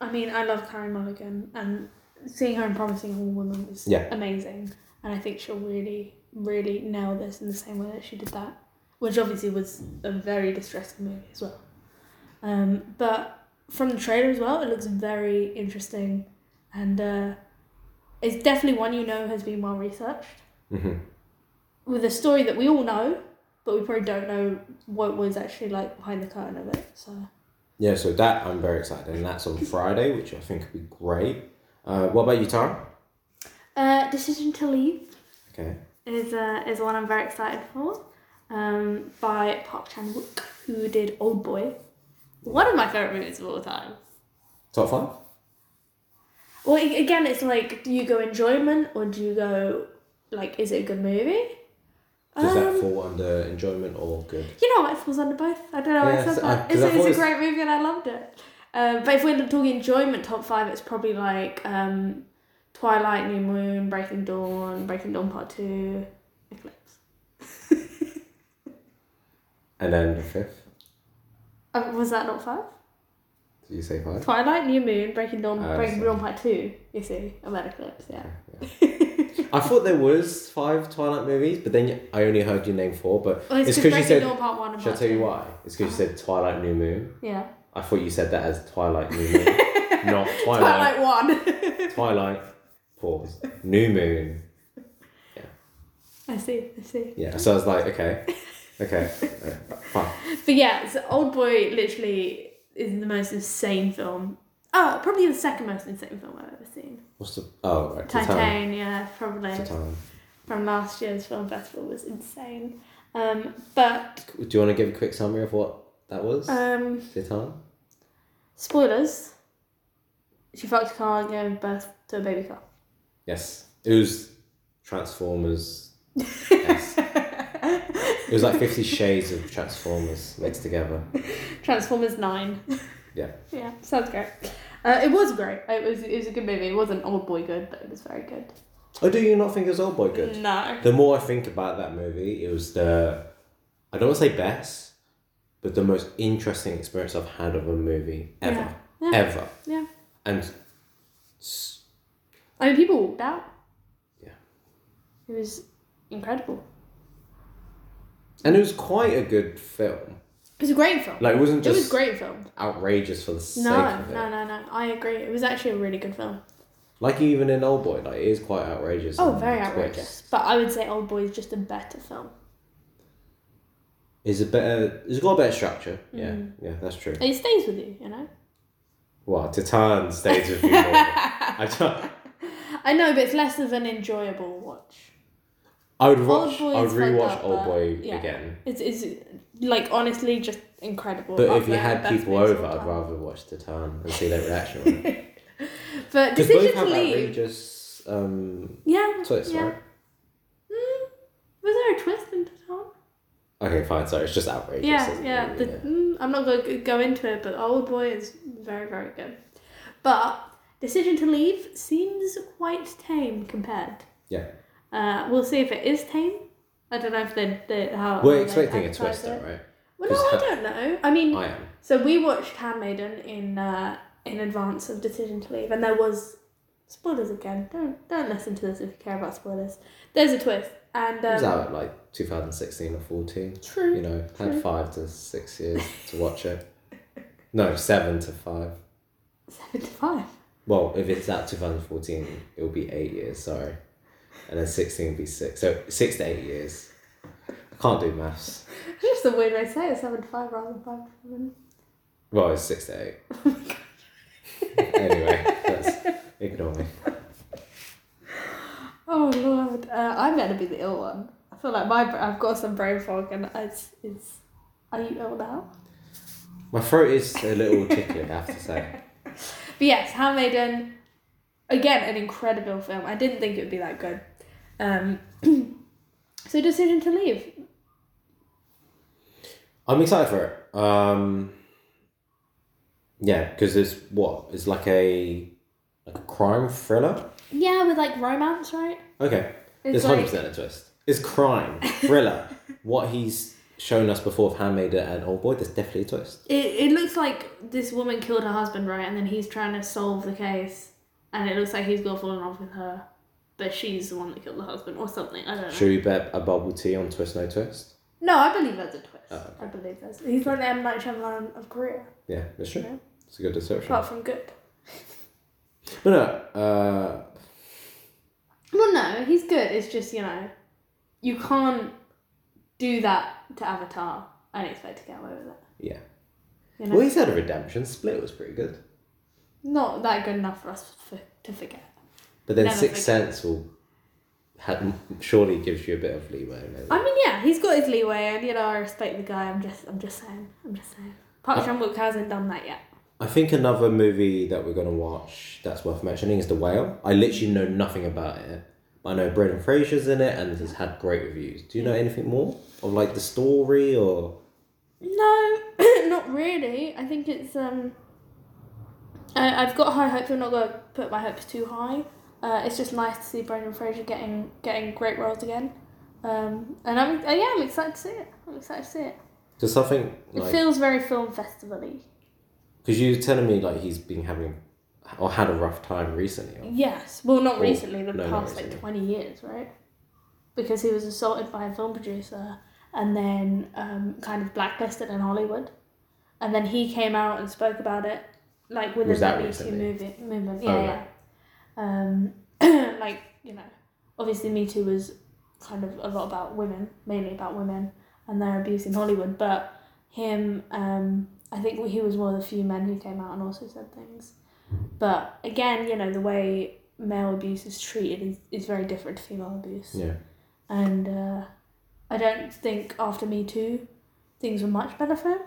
Speaker 2: I mean, I love Karen Mulligan, and seeing her in Promising Young Woman was
Speaker 1: Yeah.
Speaker 2: amazing, and I think she'll really, really nail this in the same way that she did that, which obviously was a very distressing movie as well. Um, but from the trailer as well, it looks very interesting, and uh, it's definitely one you know has been well researched
Speaker 1: hmm
Speaker 2: with a story that we all know, but we probably don't know what was actually like behind the curtain of it. So.
Speaker 1: yeah. So that I'm very excited, and that's on Friday, which I think would be great. Uh, what about you, Tara?
Speaker 2: Uh, Decision to Leave
Speaker 1: Okay.
Speaker 2: is uh, is one I'm very excited for, um, by Park Chan Wook, who did Old Boy, one of my favorite movies of all time.
Speaker 1: Top five.
Speaker 2: Well, a- again, it's like, do you go enjoyment or do you go like, is it a good movie?
Speaker 1: Does
Speaker 2: Um,
Speaker 1: that fall under enjoyment or good?
Speaker 2: You know what? It falls under both. I don't know why
Speaker 1: Yeah,
Speaker 2: I said
Speaker 1: so- uh,
Speaker 2: that.
Speaker 1: 'cause
Speaker 2: it's,
Speaker 1: I've
Speaker 2: it's
Speaker 1: always-
Speaker 2: a great movie and I loved it. Um, but if we're talking enjoyment top five, it's probably like um, Twilight, New Moon, Breaking Dawn, Breaking Dawn Part Two, Eclipse.
Speaker 1: And then the fifth.
Speaker 2: Uh, was that not five?
Speaker 1: Did you say five?
Speaker 2: Twilight, New Moon, Breaking Dawn,
Speaker 1: Oh,
Speaker 2: Breaking
Speaker 1: sorry.
Speaker 2: Dawn Part Two. You see, and then Eclipse. Yeah.
Speaker 1: Yeah. I thought there was five Twilight movies, but then I only heard you name four. But
Speaker 2: Well,
Speaker 1: It's
Speaker 2: it's
Speaker 1: 'cause
Speaker 2: because
Speaker 1: you
Speaker 2: Breaking
Speaker 1: said-
Speaker 2: Dawn Part One and
Speaker 1: shall I
Speaker 2: Part
Speaker 1: tell
Speaker 2: Two.
Speaker 1: you why? It's because you said Twilight New Moon.
Speaker 2: Yeah.
Speaker 1: I thought you said that as Twilight New Moon, not Twilight.
Speaker 2: Twilight One.
Speaker 1: Twilight. Pause. New Moon.
Speaker 2: I see. I see.
Speaker 1: Yeah. So I was like, okay, okay, uh, fine.
Speaker 2: But yeah, so Old Boy literally is the most insane film. Oh, probably the second most insane film I've ever seen.
Speaker 1: What's the? Oh, right. Titanic.
Speaker 2: Titane, yeah, probably
Speaker 1: Titanic.
Speaker 2: from last year's film festival was insane. Um, but
Speaker 1: Do you want to give a quick summary of what that was?
Speaker 2: um,
Speaker 1: Titanic.
Speaker 2: spoilers. She fucked a car and gave birth to a baby car.
Speaker 1: Yes. It was Transformers. yes. It was like Fifty Shades of Transformers mixed together.
Speaker 2: Transformers Nine.
Speaker 1: Yeah.
Speaker 2: yeah, sounds great. Uh, it was great. It was it was a good movie. It wasn't old boy good, but it was very good.
Speaker 1: Oh, do you not think it was Old Boy good?
Speaker 2: No.
Speaker 1: The more I think about that movie, it was the I don't want to say best, but the most interesting experience I've had of a movie ever,
Speaker 2: Yeah. Yeah.
Speaker 1: ever.
Speaker 2: Yeah.
Speaker 1: And s-
Speaker 2: I mean, people walked out.
Speaker 1: Yeah.
Speaker 2: It was incredible.
Speaker 1: And it was quite a good film.
Speaker 2: It was a great film.
Speaker 1: Like it wasn't
Speaker 2: it
Speaker 1: just
Speaker 2: was a great film.
Speaker 1: outrageous for the sake
Speaker 2: No,
Speaker 1: of it.
Speaker 2: no, no, no. I agree. It was actually a really good film.
Speaker 1: Like even in Old Boy, like it is quite outrageous.
Speaker 2: Oh,
Speaker 1: and
Speaker 2: very
Speaker 1: twist.
Speaker 2: outrageous. But I would say Old Boy is just a better film.
Speaker 1: It's a better. It's got a better structure.
Speaker 2: Mm.
Speaker 1: Yeah, yeah, that's true.
Speaker 2: It stays with you, you know?
Speaker 1: Well, Titan stays with you. more. I, don't-
Speaker 2: I know, but it's less of an enjoyable watch.
Speaker 1: I would watch.
Speaker 2: Boy
Speaker 1: I would
Speaker 2: is fucked
Speaker 1: rewatch
Speaker 2: up,
Speaker 1: Old
Speaker 2: but-
Speaker 1: Boy
Speaker 2: yeah.
Speaker 1: again.
Speaker 2: It's, it's like honestly just incredible.
Speaker 1: But if
Speaker 2: Up
Speaker 1: you
Speaker 2: there,
Speaker 1: had
Speaker 2: best
Speaker 1: people
Speaker 2: movies of
Speaker 1: over,
Speaker 2: all
Speaker 1: I'd
Speaker 2: time.
Speaker 1: rather watch Titan and see their reaction. on it.
Speaker 2: But
Speaker 1: Because both
Speaker 2: Decision
Speaker 1: have
Speaker 2: to Leave.
Speaker 1: outrageous um,
Speaker 2: Yeah.
Speaker 1: twists,
Speaker 2: yeah.
Speaker 1: right?
Speaker 2: Mm, was there a twist in Titan?
Speaker 1: Okay, fine. Sorry, it's just outrageous.
Speaker 2: Yeah,
Speaker 1: isn't it?
Speaker 2: yeah. The, Mm, I'm not going to go into it, but Old Boy is very, very good. But Decision to Leave seems quite tame compared.
Speaker 1: Yeah.
Speaker 2: Uh, we'll see if it is tame. I don't know if they they how. how
Speaker 1: We're
Speaker 2: they
Speaker 1: expecting a
Speaker 2: advertise
Speaker 1: twist, though,
Speaker 2: it.
Speaker 1: right?
Speaker 2: Well, no, I don't know. I mean,
Speaker 1: I am.
Speaker 2: so we watched Handmaiden in uh, in advance of Decision to Leave, and there was spoilers again. Don't don't listen to this if you care about spoilers. There's a twist, and
Speaker 1: It was
Speaker 2: um,
Speaker 1: out at, like 2016 or 14.
Speaker 2: true.
Speaker 1: You know,
Speaker 2: True.
Speaker 1: had five to six years to watch it. No, seven to five.
Speaker 2: Seven to five.
Speaker 1: Well, if it's out 2014, it'll be eight years, sorry. And then 16 will be six. So six to eight years. I can't do maths.
Speaker 2: It's just a weird way to say it. Seven to five rather than five to seven.
Speaker 1: Well, it's six to eight. anyway, that's, ignore me.
Speaker 2: Oh lord, uh, I'm gonna be the ill one. I feel like my bra- I've got some brain fog and it's it's. Are you ill now?
Speaker 1: My throat is a little tickly, I have to say.
Speaker 2: But yes, Handmaiden, again an incredible film. I didn't think it would be that good. Um, so decision to leave.
Speaker 1: I'm excited for it. Um, yeah, because it's what? It's like a like a crime thriller?
Speaker 2: Yeah, with like romance, right?
Speaker 1: Okay.
Speaker 2: It's
Speaker 1: There's hundred percent a twist. It's crime, thriller. what he's shown us before of Handmaiden and Old Boy, there's definitely a twist.
Speaker 2: it, it looks like this woman killed her husband, right? And then he's trying to solve the case, and it looks like he's got fallen off with her, but she's the one that killed the husband or something. I don't know.
Speaker 1: Should we bet a bubble tea on twist no twist?
Speaker 2: No, I believe that's a twist.
Speaker 1: Oh, okay.
Speaker 2: I believe that's. He's like the M Night Shyamalan of Korea,
Speaker 1: Yeah, that's true.
Speaker 2: Yeah.
Speaker 1: It's a good description.
Speaker 2: apart from good.
Speaker 1: No, no. Uh,
Speaker 2: Well, no, he's good. It's just you know, you can't do that to Avatar and expect to get away with it.
Speaker 1: yeah.
Speaker 2: You know,
Speaker 1: Well, he's had a redemption. Split was pretty good,
Speaker 2: not that good enough for us for, to forget.
Speaker 1: but then
Speaker 2: Never
Speaker 1: Sixth
Speaker 2: forget.
Speaker 1: Sense will had, surely gives you a bit of leeway. Maybe.
Speaker 2: I mean, yeah, he's got his leeway, and you know, I respect the guy. I'm just, I'm just saying, I'm just saying.
Speaker 1: Oh.
Speaker 2: Park Chan Wook hasn't done that yet.
Speaker 1: I think another movie that we're gonna watch that's worth mentioning is The Whale. I literally know nothing about it. I know Brendan Fraser's in it and has had great reviews. Do you know anything more of like the story or?
Speaker 2: No, not really. I think it's um. I, I've got high hopes. I'm not gonna put my hopes too high. Uh, it's just nice to see Brendan Fraser getting getting great roles again. Um, and I'm uh, yeah, I'm excited to see it. I'm excited to see it.
Speaker 1: Because something
Speaker 2: It
Speaker 1: like
Speaker 2: feels very film festival-y.
Speaker 1: because you were telling me like he's been having or had a rough time recently.
Speaker 2: Yes, well, not
Speaker 1: Oh,
Speaker 2: recently. The
Speaker 1: no, not
Speaker 2: past
Speaker 1: recently.
Speaker 2: like twenty years, right? Because he was assaulted by a film producer and then um, kind of blacklisted in Hollywood, and then he came out and spoke about it, like within
Speaker 1: Was that
Speaker 2: the Me Too
Speaker 1: recently?
Speaker 2: movie, movement.
Speaker 1: Oh,
Speaker 2: Yeah, yeah.
Speaker 1: right.
Speaker 2: Um, like you know, obviously Me Too was kind of a lot about women, mainly about women and their abuse in Hollywood, but him, um, I think he was one of the few men who came out and also said things. But again, you know, the way male abuse is treated is, is very different to female abuse.
Speaker 1: Yeah.
Speaker 2: And uh, I don't think after Me Too, things were much better for him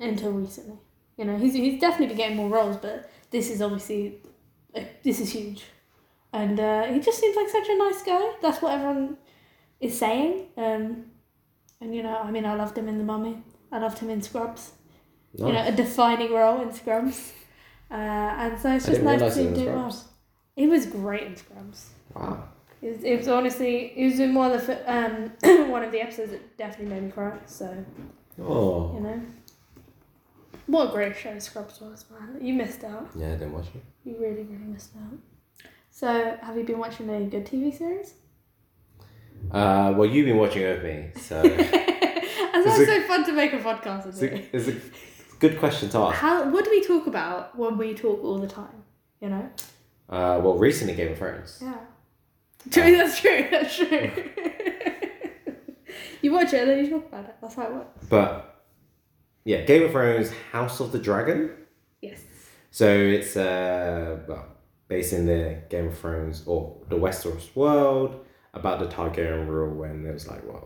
Speaker 2: until recently. You know, he's, he's definitely been getting more roles, but this is obviously, uh, this is huge. And uh, he just seems like such a nice guy. That's what everyone is saying. Um, and, you know, I mean, I loved him in The Mummy. I loved him in Scrubs.
Speaker 1: Nice.
Speaker 2: You know, a defining role in Scrums. Uh, and so it's
Speaker 1: I
Speaker 2: just
Speaker 1: didn't
Speaker 2: nice to
Speaker 1: realize
Speaker 2: see
Speaker 1: it
Speaker 2: him
Speaker 1: was
Speaker 2: do it well.
Speaker 1: Scrubs.
Speaker 2: He was great in Scrums.
Speaker 1: Wow.
Speaker 2: It was, it was honestly, it was in one of the fi- um one of the episodes that definitely made me cry. So you
Speaker 1: Oh.
Speaker 2: know, what a great show Scrubs was, man. You missed out.
Speaker 1: Yeah, I didn't watch it.
Speaker 2: You really, really missed out. So have you been watching any good TV series?
Speaker 1: Uh, well, you've been watching it with me, so
Speaker 2: That's
Speaker 1: Is
Speaker 2: why
Speaker 1: it-
Speaker 2: it's so fun to make a podcast.
Speaker 1: It's
Speaker 2: Isn't it?
Speaker 1: a, it's a good question to ask.
Speaker 2: How? What do we talk about when we talk all the time? You know.
Speaker 1: Uh, well, recently Game of Thrones.
Speaker 2: Yeah. True. That's true. That's true. you watch it and then you talk about it. That's how it works.
Speaker 1: But yeah, Game of Thrones, House of the Dragon.
Speaker 2: Yes.
Speaker 1: So it's uh, well, based in the Game of Thrones or the Westeros world about the Targaryen rule when it was like, what,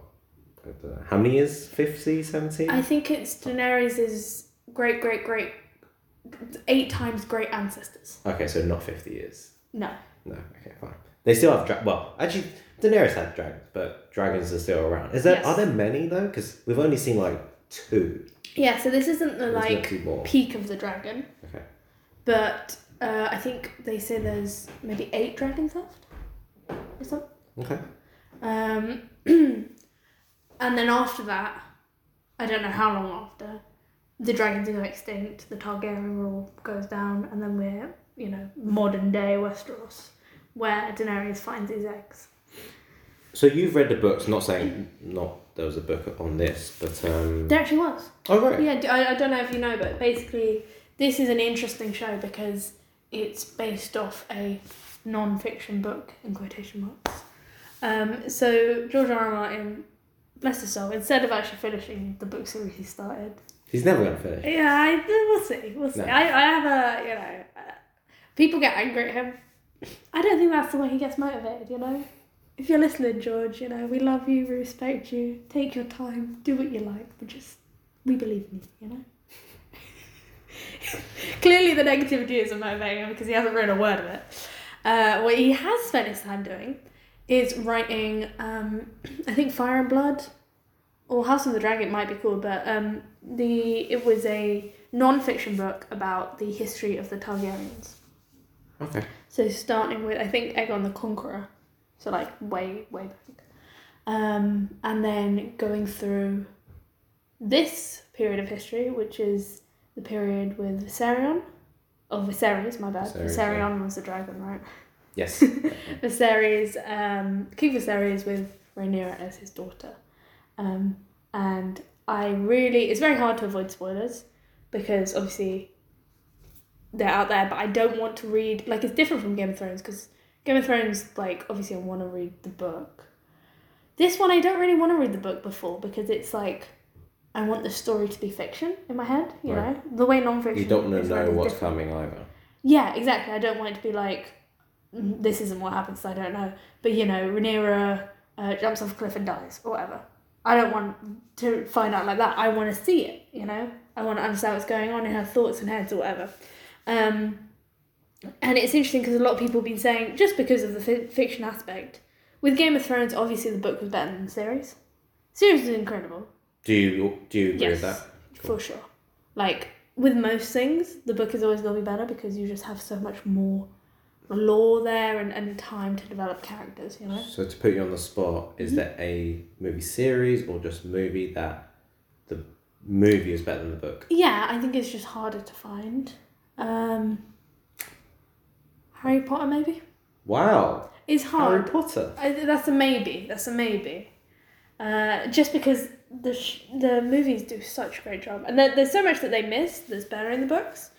Speaker 1: uh, how many years? 50, 70?
Speaker 2: I think it's Daenerys' great, great, great, eight times great ancestors.
Speaker 1: Okay, so not 50 years.
Speaker 2: No.
Speaker 1: No, okay, fine. They still have dragons. Well, actually, Daenerys had dragons, but dragons are still around. Is there
Speaker 2: Yes.
Speaker 1: are there many though? Because we've only seen like two.
Speaker 2: Yeah. So this isn't the
Speaker 1: There's meant
Speaker 2: like
Speaker 1: to be more.
Speaker 2: peak of the dragon,
Speaker 1: Okay,
Speaker 2: but uh, I think they say there's maybe eight dragons left, or something.
Speaker 1: okay.
Speaker 2: Um, and then after that, I don't know how long after, the dragons go extinct, the Targaryen rule goes down, and then we're, you know, modern day Westeros, where Daenerys finds his eggs.
Speaker 1: So you've read the books. Not saying not there was a book on this, but um.
Speaker 2: There actually was.
Speaker 1: oh right.
Speaker 2: Yeah, d- I, I don't know if you know, but basically, this is an interesting show because it's based off a non fiction book, in quotation marks. Um, so, George R. R. Martin, bless his soul, instead of actually finishing the book series he started,
Speaker 1: He's never gonna finish.
Speaker 2: Yeah, I, we'll see. We'll see.
Speaker 1: No.
Speaker 2: I, I have a, you know, uh, people get angry at him. I don't think that's the way he gets motivated, you know? If you're listening, George, you know, we love you, we respect you, take your time, do what you like, but just, we believe in you, you know? Clearly, the negativity isn't motivating him because he hasn't read a word of it. Uh, what he has spent his time doing is writing, um, I think, Fire and Blood or House of the Dragon might be called, but um, the it was a non-fiction book about the history of the Targaryens.
Speaker 1: Okay.
Speaker 2: So starting with I think Aegon the Conqueror, so like way way back, um, and then going through this period of history, which is the period with Viserion, or Viserys, my bad.
Speaker 1: Viserys,
Speaker 2: Viserion
Speaker 1: yeah.
Speaker 2: was the dragon, right?
Speaker 1: Yes.
Speaker 2: Viserys, um, King Viserys with Rhaenyra as his daughter. Um, and I really, it's very hard to avoid spoilers because obviously they're out there, but I don't want to read, like, it's different from Game of Thrones because Game of Thrones, like, obviously I want to read the book. This one, I don't really want to read the book before because it's like, I want the story to be fiction in my head, you
Speaker 1: Right.
Speaker 2: know? The way non
Speaker 1: you
Speaker 2: fiction
Speaker 1: don't wanna know what's coming either.
Speaker 2: yeah, exactly. I don't want it to be like, "Mm, this isn't what happens, I don't know. But you know, Rhaenyra uh, jumps off a cliff and dies, or whatever. I don't want to find out like that. I want to see it, you know? I want to understand what's going on in her thoughts and heads, or whatever. Um, and it's interesting because a lot of people have been saying, just because of the fi- fiction aspect, with Game of Thrones, obviously the book was better than the series. series was incredible
Speaker 1: Do you do you agree with
Speaker 2: Yes.
Speaker 1: that? Cool.
Speaker 2: for sure. Like with most things, the book is always going to be better because you just have so much more lore there and, and time to develop characters, you know?
Speaker 1: So to put you on the spot,
Speaker 2: Mm-hmm.
Speaker 1: is there a movie series or just movie that the movie is better than the book?
Speaker 2: Yeah, I think it's just harder to find. Um, Harry Potter, maybe?
Speaker 1: Wow.
Speaker 2: It's
Speaker 1: Harry
Speaker 2: hard.
Speaker 1: Potter.
Speaker 2: I, that's a maybe. That's a maybe. Uh, just because the sh- the movies do such a great job, and there, there's so much that they miss that's better in the books.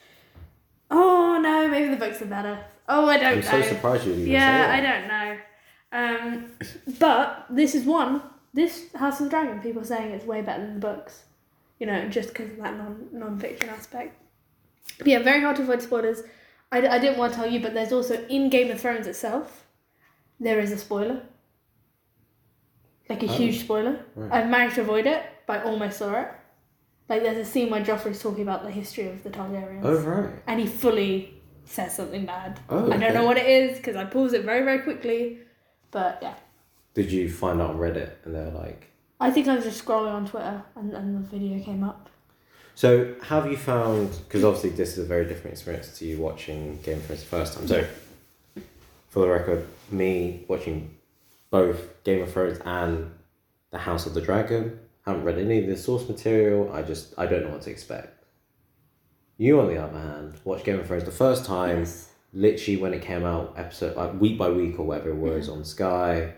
Speaker 2: Oh no, maybe the books are better. Oh, I don't
Speaker 1: I'm so
Speaker 2: know.
Speaker 1: surprised you didn't even say
Speaker 2: yeah,
Speaker 1: that.
Speaker 2: I don't know. Um, but this is one. This House of the Dragon, people are saying it's way better than the books. You know, just because of that non non fiction aspect. But yeah, very hard to avoid spoilers. I, d- I didn't want to tell you, but there's also in Game of Thrones itself, there is a spoiler. Like a
Speaker 1: Oh.
Speaker 2: huge spoiler.
Speaker 1: Right.
Speaker 2: I've managed to avoid it, but I almost saw it. Like there's a scene where Joffrey's talking about the history of the Targaryens
Speaker 1: Oh right.
Speaker 2: and he fully says something bad.
Speaker 1: Oh,
Speaker 2: I don't
Speaker 1: okay.
Speaker 2: know what it is because I paused it very, very quickly. But yeah,
Speaker 1: Did you find out on Reddit and they're like
Speaker 2: I think I was just scrolling on Twitter and, and the video came up.
Speaker 1: So have you found because obviously this is a very different experience to you watching Game of Thrones the first time. So for the record, me watching both Game of Thrones and The House of the Dragon, haven't read any of the source material, I just I don't know what to expect. You on the other hand, watched Game of Thrones the first time,
Speaker 2: Yes.
Speaker 1: literally when it came out, episode like week by week or whatever it was on Sky,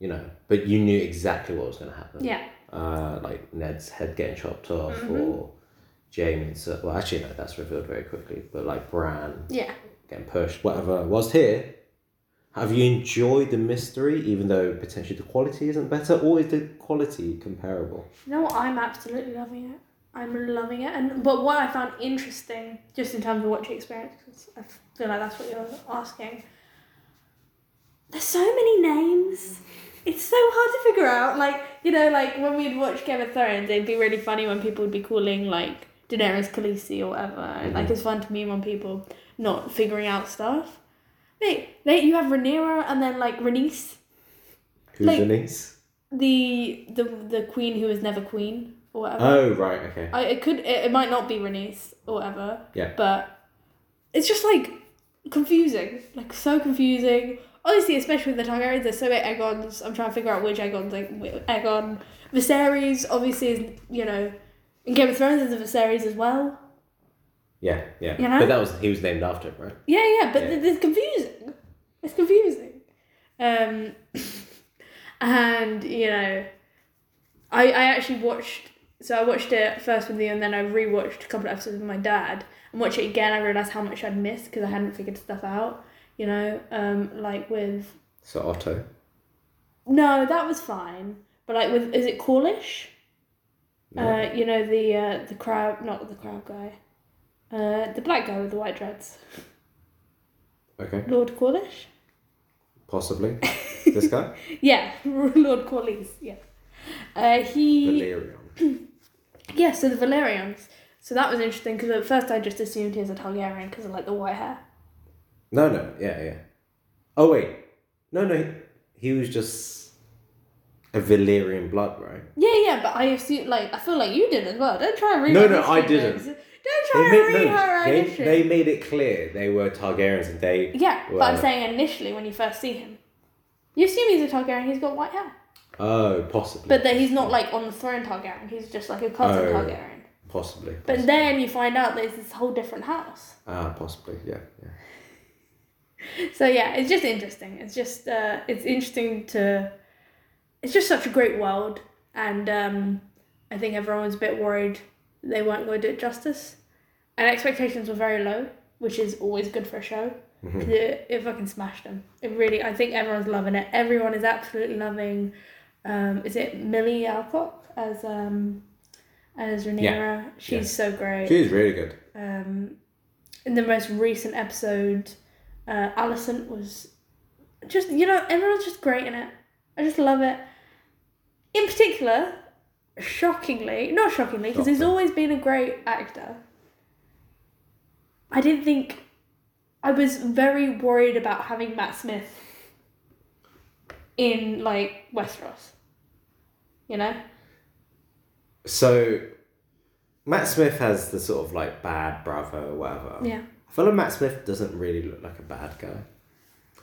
Speaker 1: you know, but you knew exactly what was gonna happen.
Speaker 2: Yeah, Mm-hmm.
Speaker 1: uh, like Ned's head getting chopped off, or Jamie. So, well, actually, no, that's revealed very quickly. But like Bran
Speaker 2: Yeah.
Speaker 1: getting pushed, whatever. Whilst here, have you enjoyed the mystery, even though potentially the quality isn't better, or is the quality comparable?
Speaker 2: You know what? I'm absolutely loving it. I'm loving it, and but what I found interesting, just in terms of watching experience, 'cause I feel like that's what you're asking. There's so many names. It's so hard to figure out. Like you know, like when we'd watch Game of Thrones, it'd be really funny when people would be calling like Daenerys Khaleesi or whatever. and Like it's fun to meme on people not figuring out stuff. Mate, they, you have Rhaenyra and then like Rhaenys,
Speaker 1: Who's
Speaker 2: Like-
Speaker 1: the niece?
Speaker 2: the the the queen who was never queen or whatever.
Speaker 1: Oh right, okay.
Speaker 2: I, it could it, it might not be Renice or whatever.
Speaker 1: Yeah.
Speaker 2: But it's just like confusing, like so confusing. Obviously, especially with the Targaryens, there's so many Aegons. I'm trying to figure out which Aegon's like wh- Aegon. Viserys obviously is you know, in Game of Thrones there's a Viserys as well.
Speaker 1: Yeah, yeah.
Speaker 2: You know?
Speaker 1: But that was he was named after him, right?
Speaker 2: Yeah, yeah, but
Speaker 1: Yeah.
Speaker 2: th- it's confusing. It's confusing. Um, and you know, I I actually watched. So I watched it first with you, and then I rewatched a couple of episodes with my dad. And watched it again. I realized how much I'd missed because I hadn't figured stuff out. You know, um, like with
Speaker 1: So Otto.
Speaker 2: no, that was fine. But like with is it Corlish? Uh, you know the uh, the crowd, not the crowd guy, uh, the black guy with the white dreads,
Speaker 1: Okay,
Speaker 2: Lord Corlish.
Speaker 1: possibly this guy
Speaker 2: Yeah, Lord Corlys. Yeah, uh, he.
Speaker 1: Valerian.
Speaker 2: Yeah, so the Valerians. So that was interesting because at first I just assumed he was a Targaryen because of like the white hair.
Speaker 1: No, no, yeah, yeah. Oh wait, no, no. He, he was just a Valerian blood, right?
Speaker 2: Yeah, yeah, but I assume like I feel like you did as well. Don't try and read.
Speaker 1: No,
Speaker 2: her
Speaker 1: no, I
Speaker 2: history
Speaker 1: didn't.
Speaker 2: books. Don't try and read her own
Speaker 1: they,
Speaker 2: history.
Speaker 1: they made it clear they were Targaryens and they.
Speaker 2: yeah, but I'm
Speaker 1: were-
Speaker 2: saying initially when you first see him, you assume he's a Targaryen. He's got white hair,
Speaker 1: Oh, possibly.
Speaker 2: but that he's not like on the throne Targaryen. He's just like a cousin
Speaker 1: Oh.
Speaker 2: Targaryen.
Speaker 1: possibly.
Speaker 2: But then you find out there's this whole different house.
Speaker 1: Ah, possibly. Yeah, yeah.
Speaker 2: So yeah, it's just interesting. It's just uh, it's interesting to. It's just such a great world, and um, I think everyone was a bit worried they weren't going to do it justice, and expectations were very low, which is always good for a show. 'cause It, it fucking smashed them. It really. I think everyone's loving it. Everyone is absolutely loving. Um, is it Millie Alcock as um, as Rhaenyra? She's so great
Speaker 1: She is really good.
Speaker 2: um, in the most recent episode, uh, Alison was just you know everyone's just great in it. I just love it. In particular, shockingly, not shockingly, because he's
Speaker 1: Shocking.
Speaker 2: always been a great actor. I didn't think I was very worried about having Matt Smith in like Westeros. You know,
Speaker 1: So, Matt Smith has the sort of like bad brother or whatever.
Speaker 2: yeah.
Speaker 1: I feel like Matt Smith doesn't really look like a bad guy,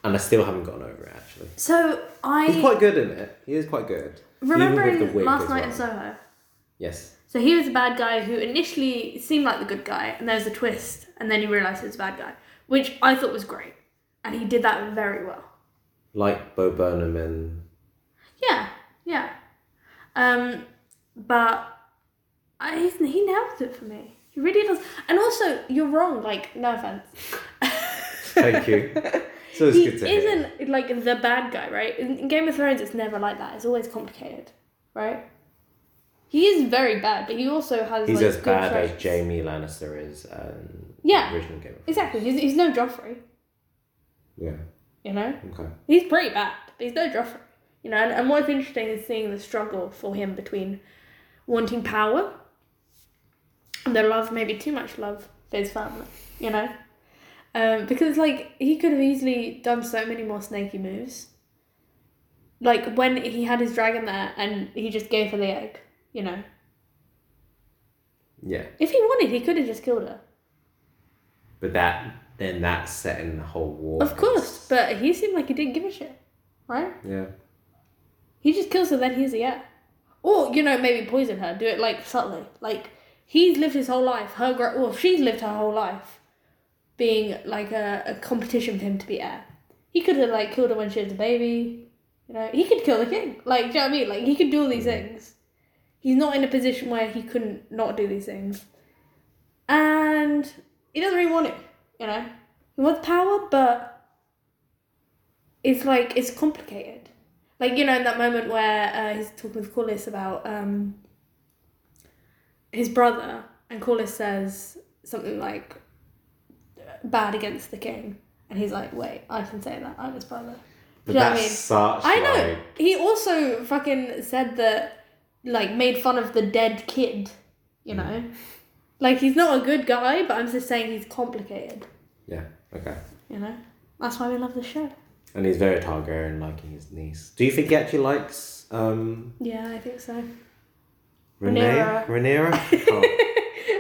Speaker 1: and I still haven't gotten over it actually.
Speaker 2: So I
Speaker 1: He's quite good in it. He is quite good. Even with the
Speaker 2: remember
Speaker 1: wig
Speaker 2: last
Speaker 1: as
Speaker 2: night
Speaker 1: well.
Speaker 2: in Soho.
Speaker 1: Yes.
Speaker 2: So he was the bad guy who initially seemed like the good guy, and there was a twist, and then you realise he was a bad guy, which I thought was great, and he did that very well.
Speaker 1: Like Bo Burnham and
Speaker 2: Yeah, yeah. Um, but I, he's- he nailed it for me. He really does. And also, you're wrong. Like, no offense.
Speaker 1: Thank you. So it's
Speaker 2: he
Speaker 1: good to hear.
Speaker 2: isn't like the bad guy, right? In in Game of Thrones, it's never like that. It's always complicated, right? He is very bad, but he also has.
Speaker 1: He's
Speaker 2: like,
Speaker 1: as
Speaker 2: good
Speaker 1: bad as
Speaker 2: traits.
Speaker 1: Jamie Lannister is um
Speaker 2: Yeah.
Speaker 1: original Game of Thrones.
Speaker 2: Exactly. He's, he's no Joffrey,
Speaker 1: Yeah.
Speaker 2: you know?
Speaker 1: Okay.
Speaker 2: He's pretty bad, but he's no Joffrey. You know, and, and what's interesting is seeing the struggle for him between wanting power and the love, maybe too much love for his family, you know? Um, because, like, he could have easily done so many more snaky moves. Like, when he had his dragon there and he just gave her the egg, you know?
Speaker 1: Yeah.
Speaker 2: If he wanted, he could have just killed her.
Speaker 1: But that then that's setting the whole war.
Speaker 2: Of course, but he seemed like he didn't give a shit, right?
Speaker 1: Yeah.
Speaker 2: He just kills her, then he's a yeah. Or, you know, maybe poison her. Do it, like, subtly. Like, he's lived his whole life. Her, gra- well, she's lived her whole life being, like, a, a competition for him to be heir. He could have, like, killed her when she was a baby. You know, he could kill the king. Like, do you know what I mean? Like, he could do all these things. He's not in a position where he couldn't not do these things. And he doesn't really want it, you know? He wants power, but it's like, it's complicated. Like, you know, in that moment where uh, he's talking with Corliss about um, his brother, and Corliss says something like, bad against the king. And he's like, wait, I can say that, I'm his brother.
Speaker 1: But
Speaker 2: Do you know what I
Speaker 1: that's
Speaker 2: mean?
Speaker 1: such.
Speaker 2: I know.
Speaker 1: Like,
Speaker 2: He also fucking said that, like, made fun of the dead kid, you know? Like, he's not a good guy, but I'm just saying he's complicated,
Speaker 1: yeah. Okay.
Speaker 2: you know? That's why we love the show.
Speaker 1: And he's very Targaryen, liking his niece. Do you think he actually likes um,
Speaker 2: Yeah, I think so.
Speaker 1: Rhaenyra? Rhaenyra?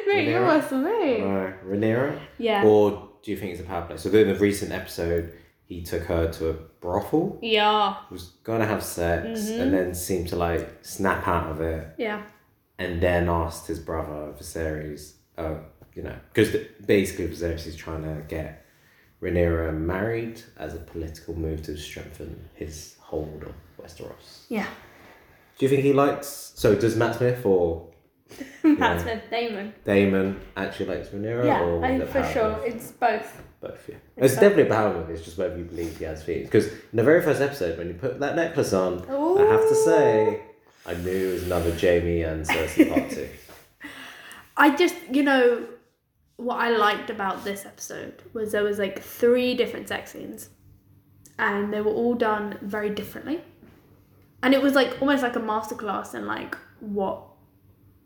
Speaker 1: Oh,
Speaker 2: Mate, you're
Speaker 1: Rhaenyra?
Speaker 2: worse than me.
Speaker 1: no, Rhaenyra?
Speaker 2: Yeah.
Speaker 1: Or do you think it's a power play? So in the recent episode, he took her to a brothel,
Speaker 2: yeah.
Speaker 1: was going to have sex,
Speaker 2: Mm-hmm.
Speaker 1: and then seemed to like snap out of it,
Speaker 2: Yeah.
Speaker 1: and then asked his brother Viserys, uh, you know, because basically Viserys is trying to get Rhaenyra married as a political move to strengthen his hold of Westeros.
Speaker 2: Yeah.
Speaker 1: Do you think he likes? So does Matt Smith or
Speaker 2: Matt Smith, Damon.
Speaker 1: Damon actually likes Rhaenyra?
Speaker 2: Yeah,
Speaker 1: or
Speaker 2: I,
Speaker 1: the
Speaker 2: for
Speaker 1: power
Speaker 2: sure.
Speaker 1: move?
Speaker 2: It's both.
Speaker 1: Both, yeah. It's definitely a power move. It's just whether you believe he has feelings. Because in the very first episode, when you put that necklace on, I have to say, I knew it was another Jamie and Cersei part two.
Speaker 2: I just, you know, what I liked about this episode was there was like three different sex scenes, and they were all done very differently, and it was like almost like a masterclass in like what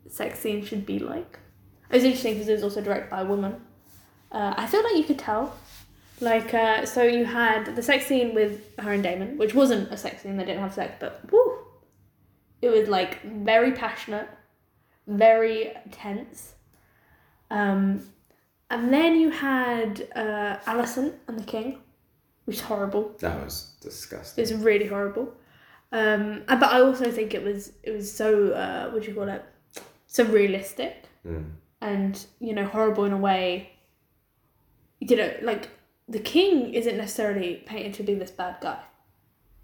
Speaker 2: sex scenes should be like. It was interesting because it was also directed by a woman. Uh, I feel like you could tell. Like, uh, so you had the sex scene with her and Damon, which wasn't a sex scene, they didn't have sex, but woo! It was like very passionate, very tense. Um, and then you had uh, Alison and the King, which is horrible.
Speaker 1: That was disgusting.
Speaker 2: It's really horrible. Um, and- but I also think it was it was so uh, what do you call it? So realistic
Speaker 1: Mm.
Speaker 2: and you know horrible in a way. You know, like the king isn't necessarily painted to be this bad guy,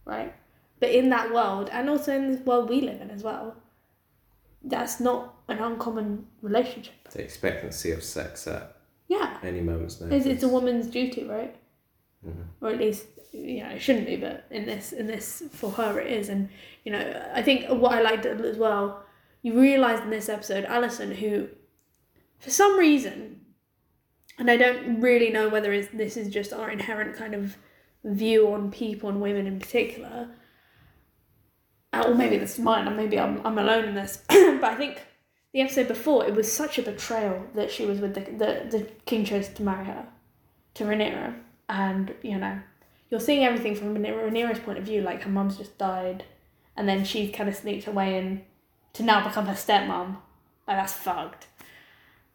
Speaker 2: right? But in that world, and also in this world we live in as well, that's not an uncommon relationship.
Speaker 1: The expectancy of sex at
Speaker 2: Yeah,
Speaker 1: any moment's notice.
Speaker 2: it's, it's a woman's duty, right? Or at least you know it shouldn't be, but in this in this for her it is, and you know I think what I liked as well, you realised in this episode, Alison, who, for some reason, and I don't really know whether it's, this is just our inherent kind of view on people and women in particular, uh, or maybe this is mine, and maybe I'm I'm alone in this, but I think the episode before, it was such a betrayal that she was with the the, the king chose to marry her, to Rhaenyra, and you know, you're seeing everything from Rhaenyra- Rhaenyra's point of view, like her mum's just died, and then she's kind of sneaked away in to now become her stepmom, like that's fucked.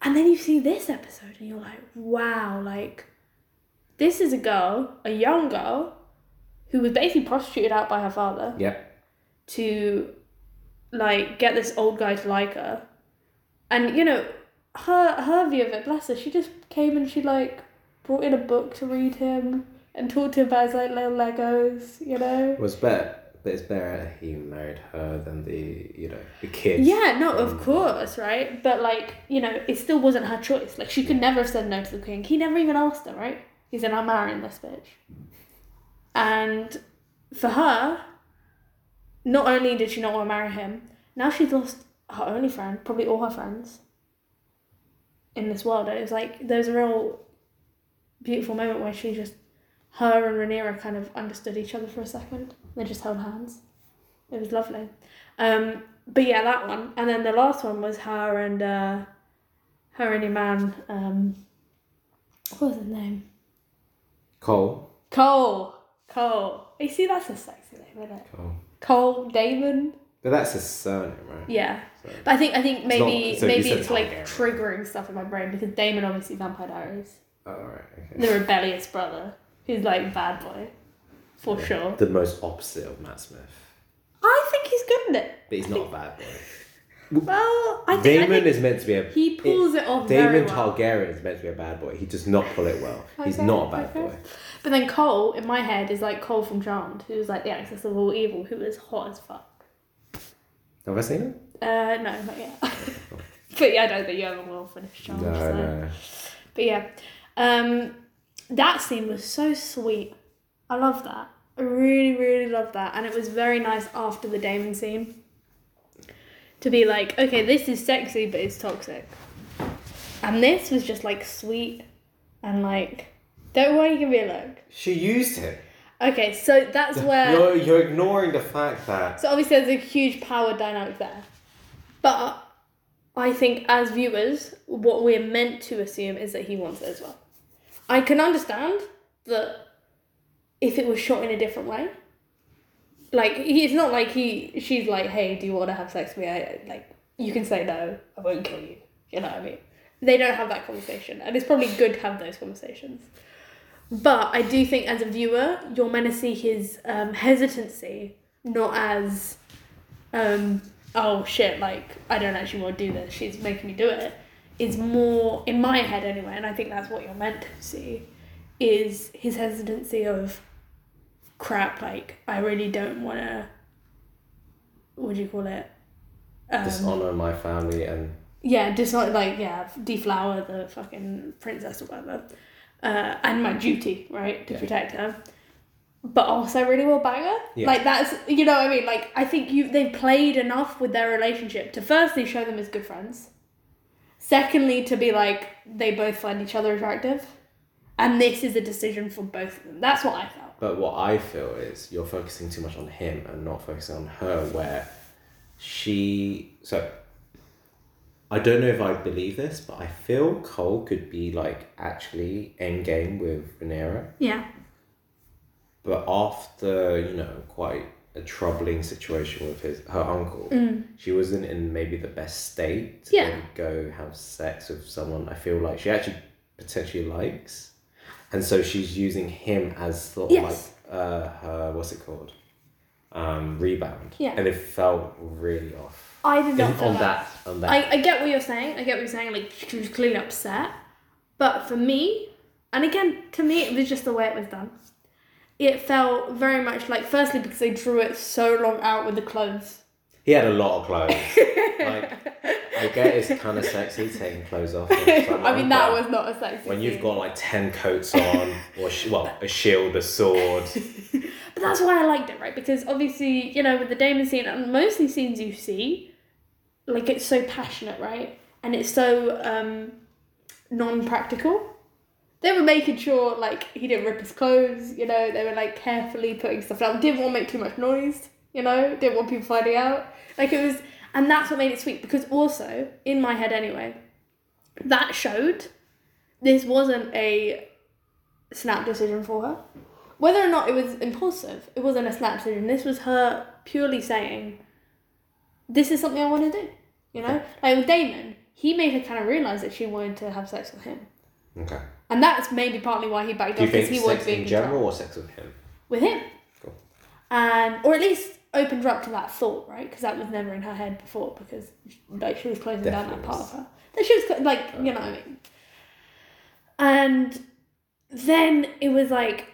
Speaker 2: And then you see this episode, and you're like, wow, like this is a girl, a young girl, who was basically prostituted out by her father
Speaker 1: Yep.
Speaker 2: to like get this old guy to like her and you know her her view of it bless her she just came and she like brought in a book to read him and talked to him about his like little legos you know
Speaker 1: It was better, but it's better he married her than the, you know, the kid.
Speaker 2: yeah no of course right but like you know it still wasn't her choice like she could never have said no to the king he never even asked her right he said i'm marrying this bitch and for her not only did she not want to marry him, now she's lost her only friend, probably all her friends in this world. And it was like there's a real beautiful moment where she just her and Rhaenyra kind of understood each other for a second. They just held hands. It was lovely. Um, but yeah, that one. And then the last one was her and uh, her and your man. Um, what was his name?
Speaker 1: Cole.
Speaker 2: Cole. Cole. You see, that's a sexy name, isn't it?
Speaker 1: Cole.
Speaker 2: Cole Damon.
Speaker 1: But that's his surname, right?
Speaker 2: Yeah,
Speaker 1: So-
Speaker 2: but I think I think maybe
Speaker 1: not- so you
Speaker 2: maybe
Speaker 1: said
Speaker 2: it's like
Speaker 1: Targaryen.
Speaker 2: triggering stuff in my brain because Damon obviously Vampire Diaries,
Speaker 1: Oh, all right. Okay.
Speaker 2: the rebellious brother who's like bad boy, for sure.
Speaker 1: The most opposite of Matt Smith.
Speaker 2: I think he's good in it.
Speaker 1: But he's not a bad boy.
Speaker 2: Well, I think, I
Speaker 1: Damon
Speaker 2: think
Speaker 1: is meant to be a
Speaker 2: he pulls it off very
Speaker 1: Damon
Speaker 2: well.
Speaker 1: Targaryen is meant to be a bad boy. He does not pull it well. He's
Speaker 2: Okay,
Speaker 1: not a bad
Speaker 2: okay.
Speaker 1: boy.
Speaker 2: But then Cole in my head is like Cole from Charmed, who was like the axis of all evil, who was hot as fuck.
Speaker 1: Have I seen it?
Speaker 2: Uh, no, not yet. but yeah, I don't think you ever will finish Charmed.
Speaker 1: no,
Speaker 2: so.
Speaker 1: no.
Speaker 2: But yeah, um, that scene was so sweet. I love that. I really, really love that. And it was very nice after the Damon scene to be like, okay, this is sexy, but it's toxic. And this was just like sweet and like, don't worry, give me a look.
Speaker 1: She used him.
Speaker 2: Okay, so that's where.
Speaker 1: You're, you're ignoring the fact that
Speaker 2: So obviously there's a huge power dynamic there. But I think as viewers, what we're meant to assume is that he wants it as well. I can understand that if it was shot in a different way, like he, it's not like he she's like, hey, do you want to have sex with me? I, like you can say no, I won't kill you. You know what I mean? They don't have that conversation, and it's probably good to have those conversations. But I do think as a viewer, you're meant to see his um, hesitancy, not as, um, oh shit, like I don't actually want to do this. She's making me do it. Is more in my head anyway, and I think that's what you're meant to see, is his hesitancy of, crap, like I really don't want to. What do you call it? Um,
Speaker 1: dishonor my family and
Speaker 2: yeah, just not like yeah, deflower the fucking princess or whatever, uh, and my duty right to
Speaker 1: Yeah.
Speaker 2: protect her, but also really well banger.
Speaker 1: Yeah.
Speaker 2: Like that's you know what I mean. Like I think you they've played enough with their relationship to firstly show them as good friends, secondly to be like they both find each other attractive, and this is a decision for both of them. That's what I felt.
Speaker 1: But what I feel is you're focusing too much on him and not focusing on her, where she. So, I don't know if I believe this, but I feel Cole could be like actually endgame with Rhaenyra.
Speaker 2: Yeah.
Speaker 1: But after, you know, quite a troubling situation with his her uncle, she wasn't in maybe the best state to
Speaker 2: Mm. Yeah.
Speaker 1: then go have sex with someone I feel like she actually potentially likes. And so she's using him as sort of
Speaker 2: Yes.
Speaker 1: like uh, her, what's it called? Um, rebound.
Speaker 2: Yeah.
Speaker 1: And it felt really off.
Speaker 2: I did not
Speaker 1: In-
Speaker 2: feel
Speaker 1: on that, on that.
Speaker 2: I, I get what you're saying. I get what you're saying. Like she was clearly upset, but for me, and again, to me, it was just the way it was done. It felt very much like, firstly, because they drew it so long out with the clothes.
Speaker 1: He had a lot of clothes. like, I get it's kind of sexy taking clothes off. of
Speaker 2: I mean,
Speaker 1: someone,
Speaker 2: that
Speaker 1: but-
Speaker 2: was not a sexy.
Speaker 1: when
Speaker 2: scene.
Speaker 1: you've got like 10 coats on or sh- well a shield a sword
Speaker 2: But that's why I liked it, right? Because obviously, you know, with the Damon scene and mostly scenes you see, like it's so passionate, right? And it's so um, non practical. They were making sure, like, he didn't rip his clothes, you know, they were like carefully putting stuff down. Didn't want to make too much noise, you know, didn't want people finding out. Like, it was, and that's what made it sweet because also, in my head anyway, that showed this wasn't a snap decision for her whether or not it was impulsive, it wasn't a snap decision. This was her purely saying, "This is something I want to do." You know, like with Damon, he made her kind of realize that she wanted to have sex with him,
Speaker 1: okay
Speaker 2: and that's maybe partly why he backed
Speaker 1: do
Speaker 2: off
Speaker 1: you
Speaker 2: because
Speaker 1: think
Speaker 2: he wanted
Speaker 1: sex
Speaker 2: to be
Speaker 1: in
Speaker 2: in control
Speaker 1: general or sex with him
Speaker 2: with him,
Speaker 1: Cool.
Speaker 2: and or at least opened her up to that thought, right? Because that was never in her head before, because like she was closing down that
Speaker 1: Definitely
Speaker 2: part
Speaker 1: was.
Speaker 2: of her. That she was cl- like, you know what I mean. And then it was like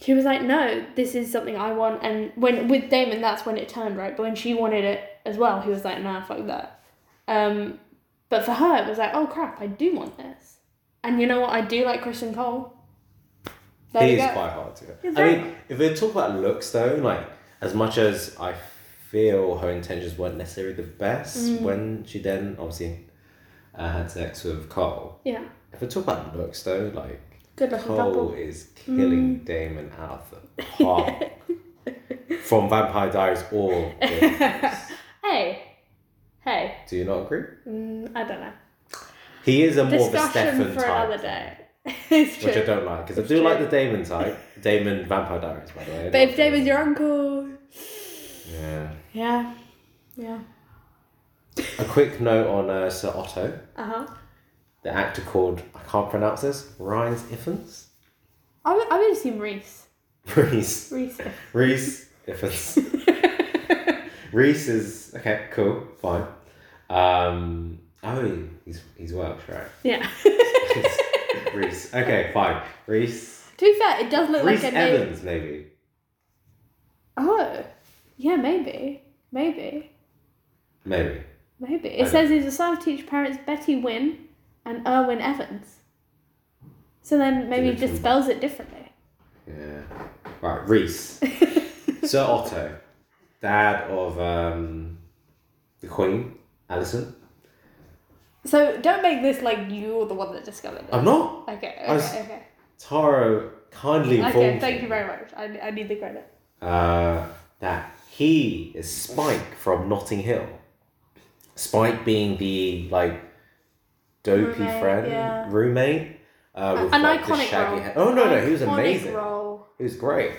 Speaker 2: she was like, no, this is something I want. And when with Damon, that's when it turned right. But when she wanted it as well, he was like, nah, fuck that. Um, but for her, it was like, oh crap, I do want this. And you know what? I do like Kristen Cole. There
Speaker 1: he
Speaker 2: you
Speaker 1: is
Speaker 2: go.
Speaker 1: quite hard to
Speaker 2: He's
Speaker 1: i
Speaker 2: very-
Speaker 1: mean if we talk about looks though like as much as i feel her intentions weren't necessarily the best
Speaker 2: Mm.
Speaker 1: when she then obviously uh, had sex with cole
Speaker 2: Yeah,
Speaker 1: if we talk about looks though like
Speaker 2: good looking couple.
Speaker 1: cole is killing
Speaker 2: Mm.
Speaker 1: damon out of the park from vampire diaries or Vampires.
Speaker 2: Hey, hey,
Speaker 1: do you not agree
Speaker 2: mm, I don't know.
Speaker 1: he is a more of a
Speaker 2: Discussion
Speaker 1: Stefan
Speaker 2: for
Speaker 1: type.
Speaker 2: another day. it's
Speaker 1: Which I
Speaker 2: true.
Speaker 1: don't like, because I do
Speaker 2: true.
Speaker 1: like the Damon type. Damon Vampire Diaries, by the way.
Speaker 2: But if
Speaker 1: not
Speaker 2: David's your uncle,
Speaker 1: Yeah.
Speaker 2: yeah, yeah,
Speaker 1: A quick note on uh, Sir Otto.
Speaker 2: uh huh.
Speaker 1: The actor called, I can't pronounce this, Ryan Iffens?
Speaker 2: I would, I would assume Reese.
Speaker 1: Reese.
Speaker 2: Reese.
Speaker 1: Reese Iffens. Reese is, okay, cool, fine. Um, oh, he's, he's Welsh, right?
Speaker 2: yeah.
Speaker 1: Reese. Okay, fine. Reese.
Speaker 2: to be fair, it does look
Speaker 1: Reese
Speaker 2: like a name.
Speaker 1: Evans, maybe.
Speaker 2: Oh, yeah, maybe, maybe.
Speaker 1: Maybe. I
Speaker 2: Maybe. It
Speaker 1: don't-
Speaker 2: says he's assigned to teach parents Betty Wynn and Erwin Evans. So then maybe he just
Speaker 1: Different.
Speaker 2: spells it differently.
Speaker 1: Yeah. Right, Reese. Sir Otto, dad of um, the Queen, Alison.
Speaker 2: So don't make this like you're the one that discovered it.
Speaker 1: I'm not.
Speaker 2: Okay,
Speaker 1: I was-
Speaker 2: okay, okay.
Speaker 1: Taro kindly informed
Speaker 2: Okay, thank
Speaker 1: me,
Speaker 2: you very much. I, I need the credit.
Speaker 1: uh, that he is Spike from Notting Hill. Spike being the like dopey
Speaker 2: Roommate,
Speaker 1: friend
Speaker 2: yeah.
Speaker 1: roommate. Uh, with,
Speaker 2: An
Speaker 1: like, the
Speaker 2: iconic
Speaker 1: shaggy
Speaker 2: role.
Speaker 1: hair. Oh no, no, he was
Speaker 2: Iconic
Speaker 1: amazing.
Speaker 2: Role.
Speaker 1: He was great.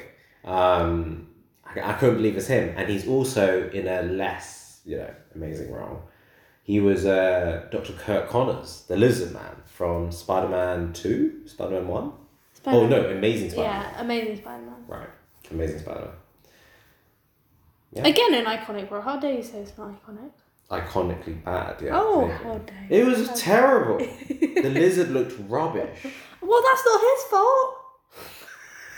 Speaker 1: Um, I, I couldn't believe it's him, and he's also in a less, you know, amazing role. He was uh, Dr. Kirk Connors, the Lizard Man from Spider Man Two, Spider Man One. Oh
Speaker 2: Spider-Man.
Speaker 1: no, Amazing Spider. man
Speaker 2: Yeah, amazing Spider-Man.
Speaker 1: Right, Amazing Spider. Yeah.
Speaker 2: Again, an iconic role. How dare you say it's not iconic?
Speaker 1: Iconically bad. Yeah.
Speaker 2: oh,
Speaker 1: amazing.
Speaker 2: how dare you.
Speaker 1: It was terrible. the lizard looked rubbish.
Speaker 2: Well, that's not his fault.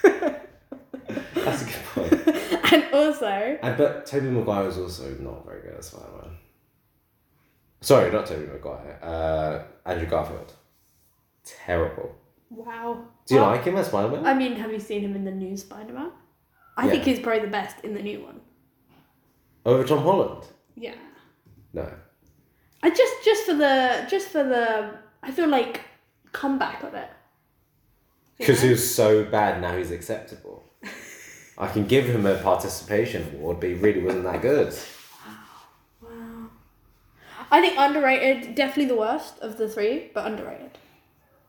Speaker 1: That's a good point.
Speaker 2: and also,
Speaker 1: And but Toby Maguire was also not very good at Spider Man. Sorry, not Toby Maguire. Uh, Andrew Garfield. Terrible.
Speaker 2: wow.
Speaker 1: Do you
Speaker 2: Wow.
Speaker 1: like him as Spider Man?
Speaker 2: I mean, have you seen him in the new Spider-Man? I
Speaker 1: Yeah.
Speaker 2: think he's probably the best in the new one.
Speaker 1: Over Tom Holland?
Speaker 2: Yeah.
Speaker 1: No.
Speaker 2: I just just for the just for the I feel like comeback of it.
Speaker 1: Because he was so bad, now he's acceptable. I can give him a participation award, but he really wasn't that good.
Speaker 2: Wow. I think underrated, definitely the worst of the three, but underrated.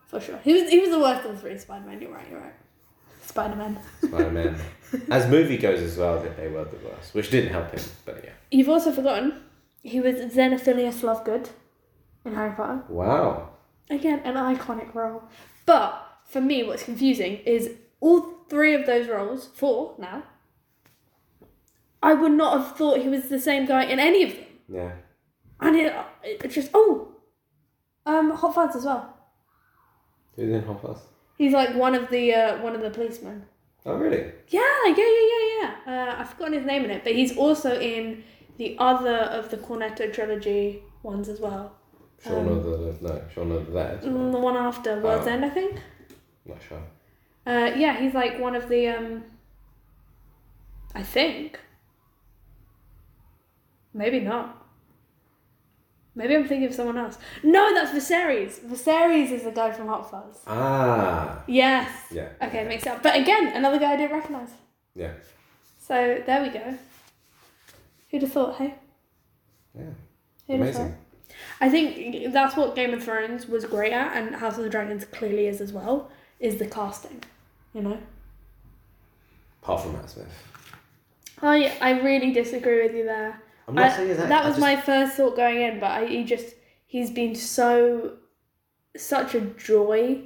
Speaker 2: For sure. He was he was the worst of the three Spider Man, you're right, you're right. Spider Man.
Speaker 1: Spider Man. As movie goes as well, that they were the worst, which didn't help him, but yeah.
Speaker 2: You've also forgotten he was Xenophilius Lovegood in Harry Potter.
Speaker 1: Wow.
Speaker 2: Again, an iconic role. But for me, what's confusing is all three of those roles, four now, I would not have thought he was the same guy in any of them.
Speaker 1: Yeah.
Speaker 2: And it, it just, oh, um, Hot Fuzz as well.
Speaker 1: Who's in Hot
Speaker 2: He's like one of the uh, one of the policemen.
Speaker 1: Oh, really?
Speaker 2: Yeah, yeah, yeah, yeah, yeah. Uh, I've forgotten his name in it, but he's also in the other of the Cornetto trilogy ones as well.
Speaker 1: Shaun
Speaker 2: Um,
Speaker 1: of the. No, Shaun of the Dead.
Speaker 2: Mm, The one after World's
Speaker 1: Oh.
Speaker 2: End, I think.
Speaker 1: Not sure.
Speaker 2: Uh, yeah, he's like one of the. Um, I think. Maybe not. Maybe I'm thinking of someone else. No, that's Viserys. Viserys is the guy from Hot Fuzz.
Speaker 1: Ah.
Speaker 2: Yes.
Speaker 1: Yeah.
Speaker 2: Okay, mixed up. But again, another guy I didn't recognise.
Speaker 1: Yeah.
Speaker 2: So there we go. Who'd have thought, hey?
Speaker 1: Yeah.
Speaker 2: Who'd have
Speaker 1: Amazing.
Speaker 2: thought? I think that's what Game of Thrones was great at, and House of the Dragons clearly is as well, is the casting. You know?
Speaker 1: Apart from Matt Smith.
Speaker 2: I, Oh, I really disagree with you there.
Speaker 1: I'm not
Speaker 2: I-
Speaker 1: saying that. I
Speaker 2: was
Speaker 1: just-
Speaker 2: my first thought going in, but I, he just he's been so such a joy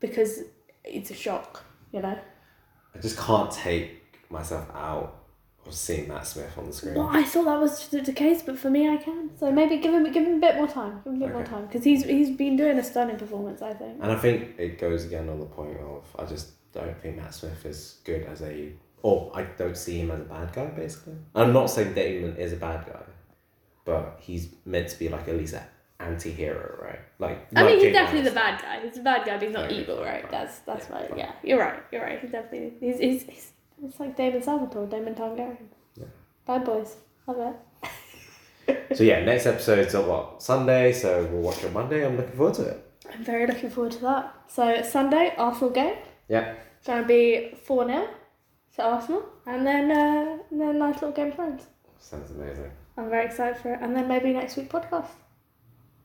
Speaker 2: because it's a shock, you know.
Speaker 1: I just can't take myself out of seeing Matt Smith on the screen.
Speaker 2: Well, I thought that was the the case, but for me, I can. So maybe give him give him a bit more time, give him a bit more
Speaker 1: Okay.
Speaker 2: time because he's he's been doing a stunning performance. I think.
Speaker 1: And I think it goes again on the point of I just don't think Matt Smith is good as a or I don't see him as a bad guy basically. I'm not saying Damon is a bad guy, but he's meant to be like at least an anti-hero, right? Like
Speaker 2: I mean,
Speaker 1: like
Speaker 2: he's
Speaker 1: Jane
Speaker 2: definitely the
Speaker 1: Austen.
Speaker 2: bad guy. He's a bad guy, but he's not
Speaker 1: Okay,
Speaker 2: evil,
Speaker 1: fine,
Speaker 2: right?
Speaker 1: fine.
Speaker 2: That's that's
Speaker 1: Yeah,
Speaker 2: right.
Speaker 1: fine.
Speaker 2: Yeah, you're right. You're right. He's definitely he's he's, he's it's like Damon Salvatore, Damon Targaryen.
Speaker 1: Yeah.
Speaker 2: Bad boys. Love it.
Speaker 1: So yeah, next episode's on what Sunday, so we'll watch it Monday. I'm looking forward to it.
Speaker 2: I'm very looking forward to that. So Sunday, Arsenal game.
Speaker 1: Yeah,
Speaker 2: It's gonna be four 0 to Arsenal, and then uh, and then nice little game of friends.
Speaker 1: sounds amazing.
Speaker 2: I'm very excited for it, and then maybe next week podcast.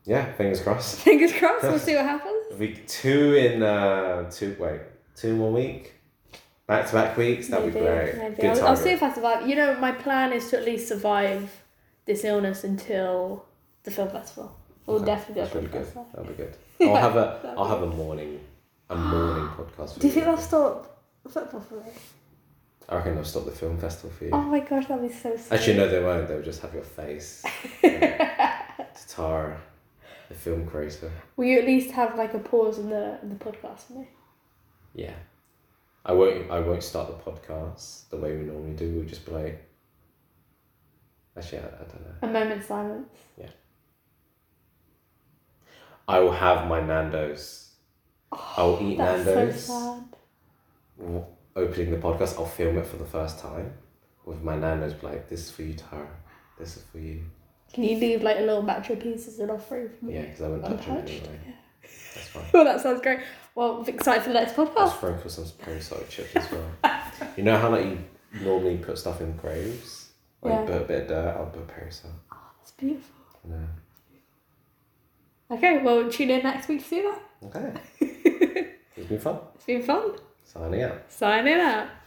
Speaker 1: Yeah, fingers crossed.
Speaker 2: Fingers crossed. We'll see what happens.
Speaker 1: Week two in uh two wait two more week, back to back weeks. That'd be great.
Speaker 2: Maybe.
Speaker 1: Good
Speaker 2: I'll, I'll
Speaker 1: target.
Speaker 2: see if I survive. You know, my plan is to at least survive this illness until the film festival. We'll
Speaker 1: Okay,
Speaker 2: definitely
Speaker 1: That's
Speaker 2: go to
Speaker 1: really
Speaker 2: the film
Speaker 1: good.
Speaker 2: festival.
Speaker 1: That'll be good.
Speaker 2: Yeah,
Speaker 1: I'll have a
Speaker 2: that'd
Speaker 1: I'll
Speaker 2: be
Speaker 1: have a morning a morning podcast. For
Speaker 2: Do you think
Speaker 1: I
Speaker 2: they'll stop football for me?
Speaker 1: reckon they'll stop the film festival for you.
Speaker 2: Oh my gosh, that'd be so sad.
Speaker 1: Actually, no, they won't. They'll just have your face. It's Tara, the film creator.
Speaker 2: Will you at least have like a pause in the in the podcast for me?
Speaker 1: Yeah, I won't. I won't start the podcast the way we normally do. We'll just be like, Actually, I, I don't know.
Speaker 2: A moment's silence.
Speaker 1: I will have my Nando's. I'll eat
Speaker 2: Oh, That's
Speaker 1: Nando's.
Speaker 2: so sad.
Speaker 1: W- Opening the podcast, I'll film it for the first time with my Nando's plate. This is for you, Tara. This is for you.
Speaker 2: Can you leave like a little batch of pieces and offering for me?
Speaker 1: Yeah, because I wouldn't touch it
Speaker 2: Untouched?
Speaker 1: anyway. That's fine.
Speaker 2: Well, that sounds great. Well, I'm excited for the next
Speaker 1: I
Speaker 2: podcast.
Speaker 1: was throwing for some plain salted chips as well. you know how like you normally put stuff in graves? Like
Speaker 2: Yeah.
Speaker 1: you put a bit of dirt, I'll put peri salt.
Speaker 2: It's beautiful.
Speaker 1: No.
Speaker 2: Okay, well, tune in next week to see that.
Speaker 1: Okay. it's been fun.
Speaker 2: It's been fun.
Speaker 1: Signing out.
Speaker 2: Signing out.